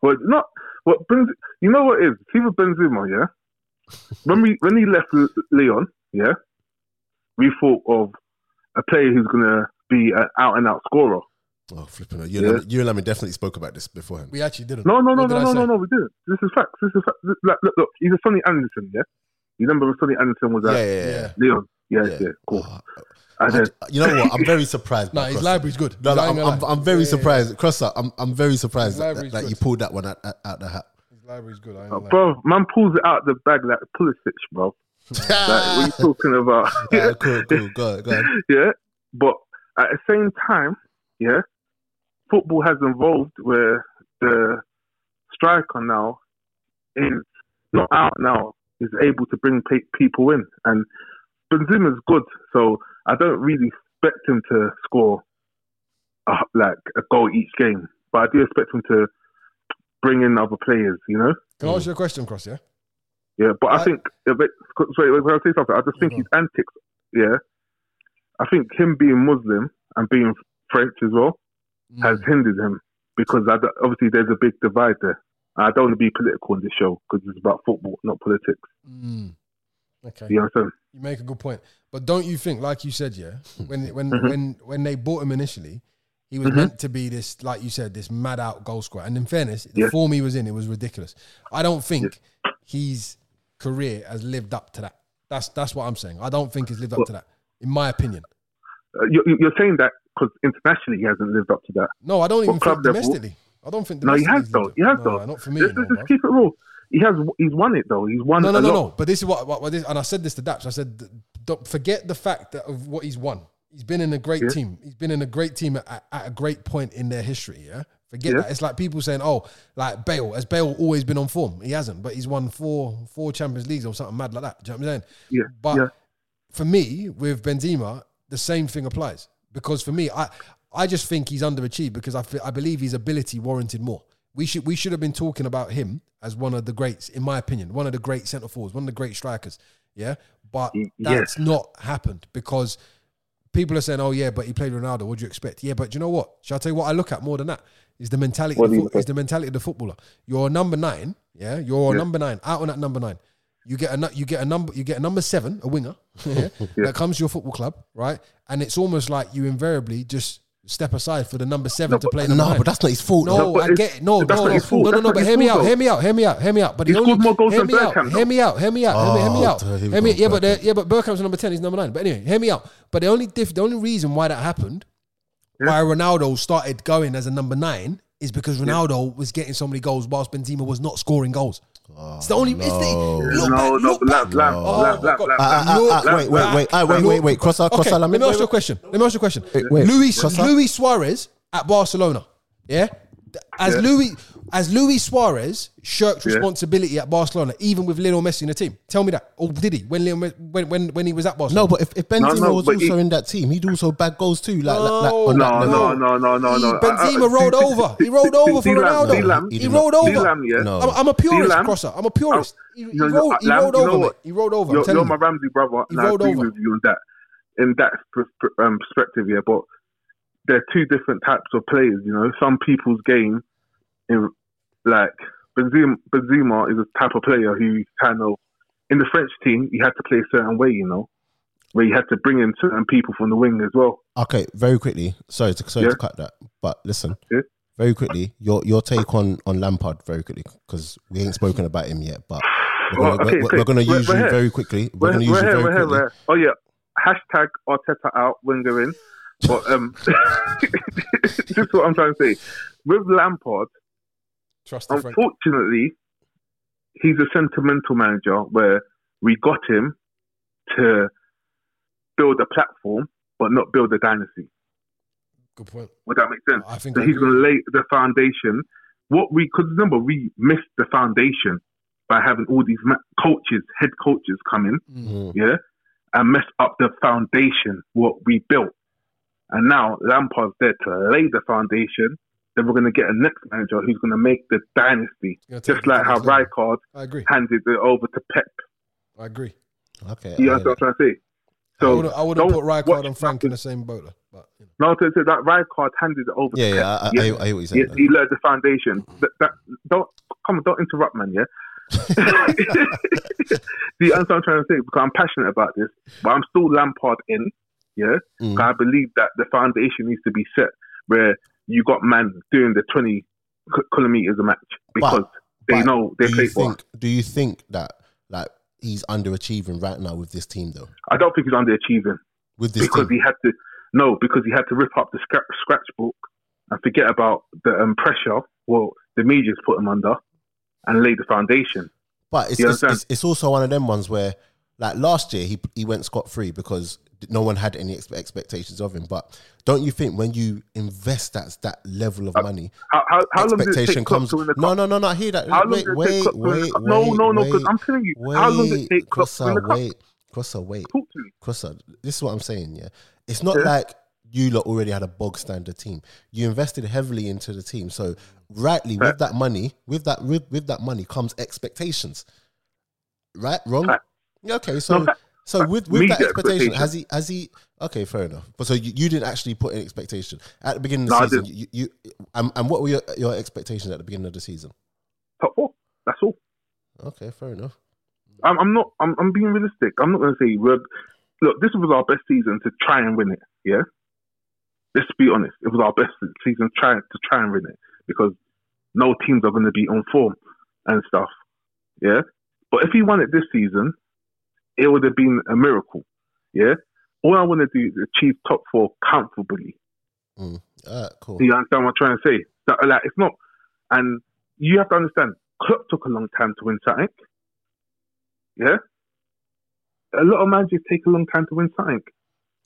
C: Well, not what Benz, you know what it is. See with Benzema, yeah. when we when he left L- Leon, yeah, we thought of a player who's gonna be an out and out scorer.
B: Oh, flipping it. You, and
C: Yeah.
B: Lamin- you and Lamin definitely spoke about this beforehand.
A: We actually didn't.
C: No, no, no,
A: What did
C: no,
A: I
C: no,
A: say?
C: no, no. We didn't. This is facts. This is facts. This- Look, look, look, he's a Sonny Anderson, yeah. You remember when Sonny Anderson was
B: yeah,
C: at
B: yeah, yeah.
A: Yeah.
C: Leon? Yeah, yeah,
B: Yeah.
C: cool.
B: Oh,
C: And
B: I-
C: then
B: you know what? I'm very surprised.
A: No,
B: by
A: his
B: Crosser.
A: library's good.
B: No,
A: He's
B: no, I'm,
A: lying
B: I'm,
A: alive.
B: I'm very
A: Yeah, yeah,
B: surprised. Crosser, I'm, I'm very surprised
A: His
B: that, that,
A: library's
B: that you
A: good.
B: pulled that one out, out, out the hat.
A: His library's good. I ain't
C: uh,
A: gonna lie.
C: bro, man pulls it out the bag like Pulisic, bro. Like, what are you talking about?
B: All right, cool, cool. Go on, go on.
C: yeah. But at the same time, yeah, football has evolved where the striker now is not out now, is able to bring pe- people in. And Benzema's good, so I don't really expect him to score a, like a goal each game, but I do expect him to bring in other players, you know?
A: Can I ask you a question, Cross? Yeah.
C: Yeah, but I,
A: I-
C: think sorry, when I say something, I just think
A: go
C: his antics. Yeah, I think him being Muslim and being French as well has hindered him because I don't- obviously there's a big divide there. I don't want to be political on this show because it's about football, not politics.
A: Mm. Okay.
C: You understand?
A: You make a good point, but don't you think, like you said, yeah, when when
C: Mhm.
A: when when they bought him initially, he was
C: Mhm.
A: meant to be this, like you said, this mad out goal scorer. And in fairness, the
C: Yeah.
A: form he was in, it was ridiculous. I don't think his career has lived up to that. That's that's what I'm saying. I don't think he's lived up to that, in my opinion.
C: Uh, you, you- you're saying that because internationally he hasn't lived up to that.
A: No, I don't even
C: club
A: think
C: level?
A: domestically. I don't think.
C: No, he has
A: domestically
C: though. He
A: he's lived
C: has
A: up.
C: though.
A: No, Not for me.
C: Let's,
A: no,
C: let's just
A: bro.
C: keep it real. He has. He's won it though. He's won
A: No, no,
C: a
A: no,
C: lot.
A: no. But this is what, what, what this, and I said this to Daps. I said, th- don't forget the fact that of what he's won. He's been in a great
C: Yeah.
A: team. He's been in a great team at, at a great point in their history. Yeah, Forget
C: Yeah.
A: that. It's like people saying, "Oh, like Bale. Has Bale always been on form? He hasn't, but he's won four four Champions Leagues or something mad like that." Do you know what I'm saying?
C: Yeah,
A: But
C: yeah.
A: for me, with Benzema, the same thing applies because for me, I I just think he's underachieved because I fe- I believe his ability warranted more. We should we should have been talking about him as one of the greats, in my opinion, one of the great centre forwards, one of the great strikers. Yeah, but
C: Y-
A: that's not happened because people are saying, "Oh yeah, but he played Ronaldo. What do you expect?" Yeah, but do you know what? Shall I tell you what I look at more than that? Is the mentality?
D: What
A: Of the
D: do you
A: foot,
D: look at?
A: is the mentality of the footballer? You're a number nine. Yeah, you're a
C: Yeah.
A: number nine. Out on that number nine, you get a nu- you get a number you get a number seven, a winger yeah, that comes to your football club, right? And it's almost like you invariably just step aside for the number seven to play. number
B: No,
A: nine.
B: but that's not his fault.
A: No,
C: but
A: I
C: it's-
A: get it. No,
C: that's
A: no,
C: not
A: no,
C: his fault.
A: no, no,
C: That's
A: no.
C: not
A: But
C: his
A: hear me
C: fault,
A: out.
C: though.
A: Hear me out. Hear me out. Hear me out. But
C: He
A: the only,
C: scored more goals
A: hear
C: than
A: me out,
C: Bergkamp,
A: Hear me out. Hear me out. hear me, hear me
B: Oh,
A: out.
B: there we
A: Hear me.
B: go,
A: Yeah, but
B: Bergkamp.
A: the, yeah, but Bergkamp's number ten. He's number nine. But anyway, hear me out. But the only diff, the only reason why that happened,
C: Yeah.
A: why Ronaldo started going as a number nine, is because Ronaldo was getting so many goals whilst Benzema was not scoring goals. It's the only. It's
B: no.
A: the,
C: No,
A: look back,
C: no,
A: look back.
C: lap, lap,
A: Oh,
C: lap, lap,
A: God.
C: lap,
B: Ah, ah, ah,
C: lap,
B: wait, wait, wait, ah, wait, wait, wait. Cross out, cross
A: Okay,
B: out.
A: let me ask you a question. Let me ask you a question.
B: wait.
A: Luis
B: Cross out.
A: Luis Suarez at Barcelona. Yeah. As
C: Yeah.
A: Luis as Luis Suarez shirked
C: Yeah.
A: responsibility at Barcelona, even with Lionel Messi in the team. Tell me that, or did he when Lionel, Me- when, when when he was at Barcelona?
B: No, but if, if Benzema
C: no,
B: was
C: but
B: also
C: he-
B: in that team, he'd also bag goals too. Like, like, like
A: No,
B: on that
C: No,
B: level.
C: no, no, no, no,
A: He-
C: no.
A: Benzema
C: Uh, uh,
A: rolled
C: see- see-
A: over. He
C: see-
A: rolled
C: see-
A: over
C: see
A: for
C: Lam,
A: Ronaldo.
C: see Lam?
A: he
B: did
A: rolled
B: not.
A: over.
C: See Lam, yeah?
B: No.
A: I'm, I'm a purist,
C: Lam?
A: crosser. I'm a purist.
C: Oh,
A: He, he
C: no, no,
A: rolled, he
C: Lam,
A: rolled
C: you know
A: over. mate.
C: what?
A: He rolled over. I'm
C: You're,
A: telling
C: you're
A: you.
C: my Ramsey brother,
A: He
C: and I
A: rolled
C: agree
A: over.
C: with you on that, in that pr- pr- um, perspective. Yeah, but there are two different types of players. You know, some people's game, in, like Benzema, Benzema is a type of player who kind of in the French team, you had to play a certain way. You know, where you had to bring in certain people from the wing as well.
B: Okay, very quickly. Sorry, to, sorry to
C: Yeah.
B: cut that, but listen,
C: Yeah.
B: very quickly. Your your take on on Lampard, very quickly, because we ain't spoken about him yet, but we're gonna,
C: Well, okay,
B: we're,
C: so
B: we're gonna
C: we're-
B: use
C: we're
B: you
C: here.
B: very quickly. We're,
C: We're,
B: gonna
C: we're
B: use you
C: here,
B: very
C: we're here,
B: quickly.
C: we're here. Oh yeah, hashtag Arteta out, Wenger in. But um, this is what I'm trying to say. With Lampard,
A: Trust the French.
C: unfortunately, he's a sentimental manager where we got him to build a platform, but not build a dynasty.
A: Good point.
C: Would that make sense?
A: I think
C: So
A: I
C: he's
A: agree.
C: going to lay the foundation. What we, because remember, we missed the foundation by having all these ma- coaches, head coaches come in
B: Mm.
C: yeah, and mess up the foundation, what we built. And now Lampard's there to lay the foundation. Then we're going to get a next manager who's going to make the dynasty,
A: Gonna take it
C: just
A: to the
C: like how
A: next level.
C: Rijkaard
A: I agree.
C: handed it over to Pep.
A: I agree.
B: Mm-hmm. Okay, I
C: You
B: hear
C: understand what I'm trying to say?
A: I
C: So
A: wouldn't, I wouldn't
C: don't
A: put Rijkaard
C: watch
A: and Frank in the same boat, though. But you know.
C: No, so, so that Rijkaard handed it over.
B: that. yeah,
C: to Pep.
B: yeah, I,
C: Yeah.
B: I, I, I hear what you're
C: Yeah,
B: saying.
C: he laid the foundation. That, that, don't come, on, don't interrupt, man. Yeah. See, that's what I'm trying to say because I'm passionate about this, but I'm still Lampard in. Yeah,
B: Mm.
C: I believe that the foundation needs to be set where you got man doing the 20 k- kilometers a match because they
B: but
C: know they
B: do
C: play
B: you
C: well.
B: think? Do you think that like he's underachieving right now with this team though?
C: I don't think he's underachieving
B: With this
C: because
B: team,
C: he had to no because he had to rip up the scra- scratch book and forget about the um, pressure well the media's put him under and lay the foundation.
B: but it's
C: You
B: it's,
C: understand?
B: it's it's also one of them ones where like last year he he went scot free because no one had any expe- expectations of him. But don't you think when you invest that that level of money,
C: How, how, how long does it
B: expectation
C: take Klopp
B: comes.
C: to win the cup?
B: No, no, no, no. I hear that.
C: How long
B: wait,
C: does it
B: wait,
C: take Klopp to win
B: wait,
C: the cup?
B: wait,
C: No, no, no, 'cause
B: wait,
C: I'm telling you,
B: Wait,
C: how long does it take Klopp to win
B: Crosser,
C: the cup?
B: Wait, Crosser, wait,
C: Talk to me.
B: Crosser. This is what I'm saying. Yeah, it's not
C: Yeah.
B: like you lot already had a bog standard team. You invested heavily into the team, so rightly with
C: Fact.
B: that money, with that with, with that money comes expectations. Right, wrong.
C: Fact.
B: Yeah, Okay, so.
C: fact.
B: so
C: Fact.
B: with, with
C: Meet
B: that
C: the
B: expectation,
C: expectation.
B: has he has he okay, fair enough. But so you, you didn't actually put an expectation. At the beginning of the
C: No, I
B: season, you, you and, and what were your, your expectations at the beginning of the season?
C: Top four. That's all.
B: Okay, fair enough.
C: I'm, I'm not. I'm, I'm being realistic. I'm not going to say we're. Look, this was our best season to try and win it. Yeah. Let's be honest. It was our best season try to try and win it because no teams are going to be on form and stuff. Yeah. But if he won it this season, it would have been a miracle. Yeah. All I want to do is achieve top four comfortably.
B: All right, cool.
C: Do you understand what I'm trying to say? That, like, it's not, and you have to understand, Klopp took a long time to win something. Yeah? A lot of managers take a long time to win something.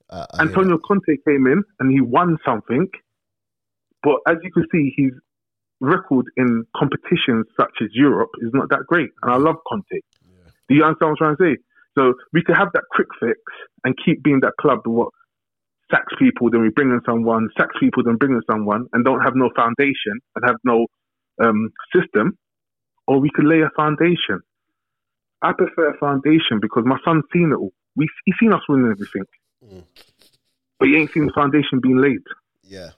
B: Uh, I hear
C: Antonio Conte came in and he won something, but as you can see, he's record in competitions such as Europe is not that great, and I love Conte. Do you understand what I'm trying to say? So we could have that quick fix and keep being that club what sacks people, then we bring in someone, sacks people, then bring in someone, and don't have no foundation and have no um, system, or we could lay a foundation. I prefer a foundation because my son's seen it all. We, he's seen us winning everything,
B: Mm.
C: but he ain't seen the foundation being laid.
B: Yeah.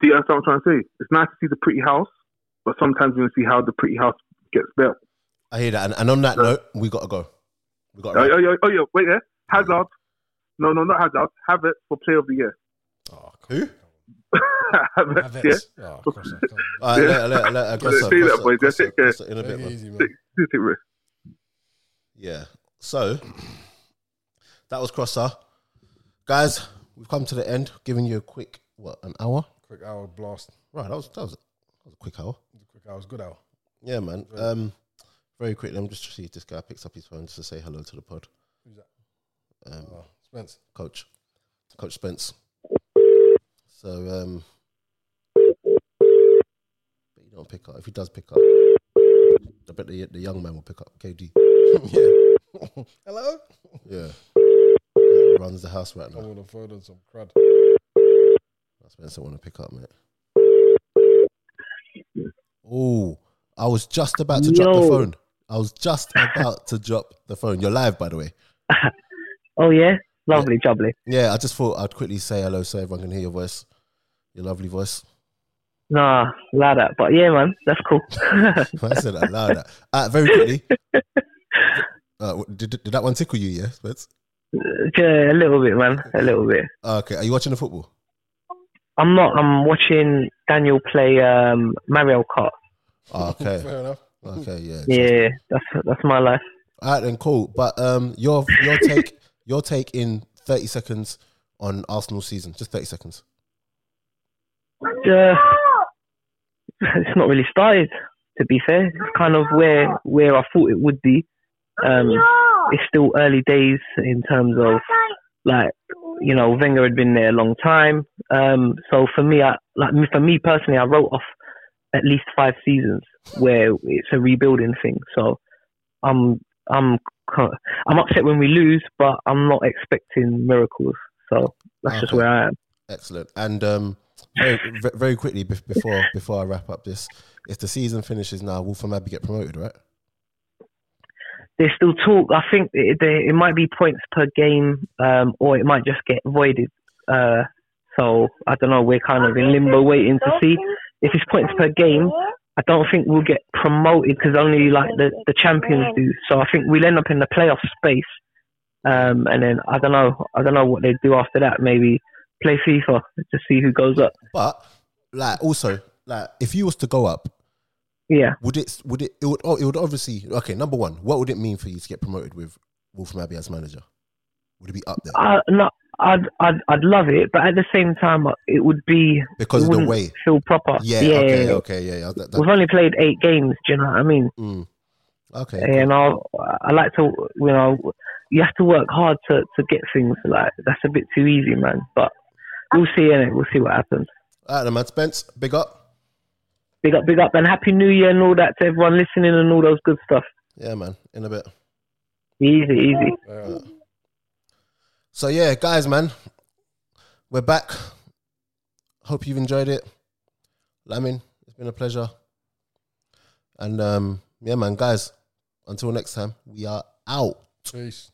C: Do you understand what I'm trying to say? It's nice to see the pretty house, but sometimes we want to see how the pretty house gets built.
B: I hear that. And, and on that note, we got to go. We got to
C: Oh, oh, oh, oh, yeah, wait there. Hazard. No, no, not Hazard. Havertz for player of the year.
A: Oh, come
B: Who?
C: Havertz,
A: on.
C: yeah.
A: Havertz. Oh, of course, I can't.
B: All right, let, let, let, uh, Grosso,
C: See that,
B: Grosso,
C: boys. That's
B: Grosso,
C: it, yeah.
B: Grosso, in a bit,
A: Take
B: man.
A: it easy, man.
C: Take it, Rick.
B: Yeah. So that was Crosser. Guys, we've come to the end, giving you a quick what, an hour?
A: Quick hour blast.
B: Right, that was that was, that was a quick hour.
A: Quick hours, good hour.
B: Yeah, man. Um very quickly, I'm just to see if this guy picks up his phone just to say hello to the pod.
A: Who's that?
B: Um,
A: Oh, Spence.
B: Coach. Coach Spence. So um but he don't pick up. If he does pick up, I bet the, the young man will pick up KD.
A: yeah. Hello?
B: Yeah. Yeah, runs the house right
A: I
B: now.
A: want to phone on some crud.
B: That's Spencer want to pick up, mate. Oh, I was just about to drop the
E: Yo.
B: phone. I was just about to drop the phone. You're live, by the way.
E: Oh yeah, lovely, jubbly.
B: Yeah, I just thought I'd quickly say hello so everyone can hear your voice, your lovely voice.
E: Nah, like that. But yeah, man, that's cool.
B: I said that loud. Uh, very quickly. Uh, w- did, did that one tickle you? Yeah, Spence. Uh,
E: yeah, a little bit, man, a little bit.
B: Okay. Are you watching the football?
E: I'm not. I'm watching Daniel play um, Mario Kart.
B: Ah, Okay.
A: Fair enough.
B: Okay. Yeah.
E: Yeah, that's that's my life.
B: All right, then cool. But um, your your take your take in thirty seconds on Arsenal season. Just thirty seconds.
E: Uh, it's not really started. To be fair, it's kind of where where I thought it would be. Um, it's still early days in terms of like you know Wenger had been there a long time. Um, so for me, I like me- for me personally, I wrote off at least five seasons where it's a rebuilding thing. So I'm I'm co- I'm upset when we lose, but I'm not expecting miracles. So that's just
B: Okay.
E: where I am.
B: Excellent. And um, very, ve- very quickly bef- before before I wrap up this, if the season finishes now, Wolfram Abbey get promoted, right?
E: There's still talk. I think it, they- it might be points per game, um, or it might just get voided. Uh, so I don't know. We're kind of in limbo, waiting to see if it's points per game. I don't think we'll get promoted because only like the, the champions do. So I think we'll end up in the playoff space. Um, and then I don't know. I don't know what they do after that. Maybe play FIFA to see who goes up.
B: But like also like if you was to go up,
E: Yeah.
B: would it would it it would oh, it would obviously okay. Number one, what would it mean for you to get promoted with Wolfram Abbey as manager? Would it be up there
E: I, no, I'd, I'd I'd love it, but at the same time, it would be
B: because
E: it
B: of the
E: wouldn't
B: way?
E: feel proper.
B: Yeah. okay. Okay. Yeah. yeah that, that-
E: We've only played eight games. Do you know what I mean?
B: mm. Okay.
E: And I I like to you know you have to work hard to to get things. Like that's a bit too easy, man. But we'll see innit? We'll see what happens.
B: All right, then, man. Spence, big up.
E: Big up, big up, and happy New Year and all that to everyone listening and all those good stuff.
B: Yeah, man. In a bit.
E: Easy, easy.
A: Fair enough.
B: So yeah, guys, man, we're back. Hope you've enjoyed it. Lamin, it's been a pleasure. And um, yeah, man, guys, until next time, we are out.
A: Peace.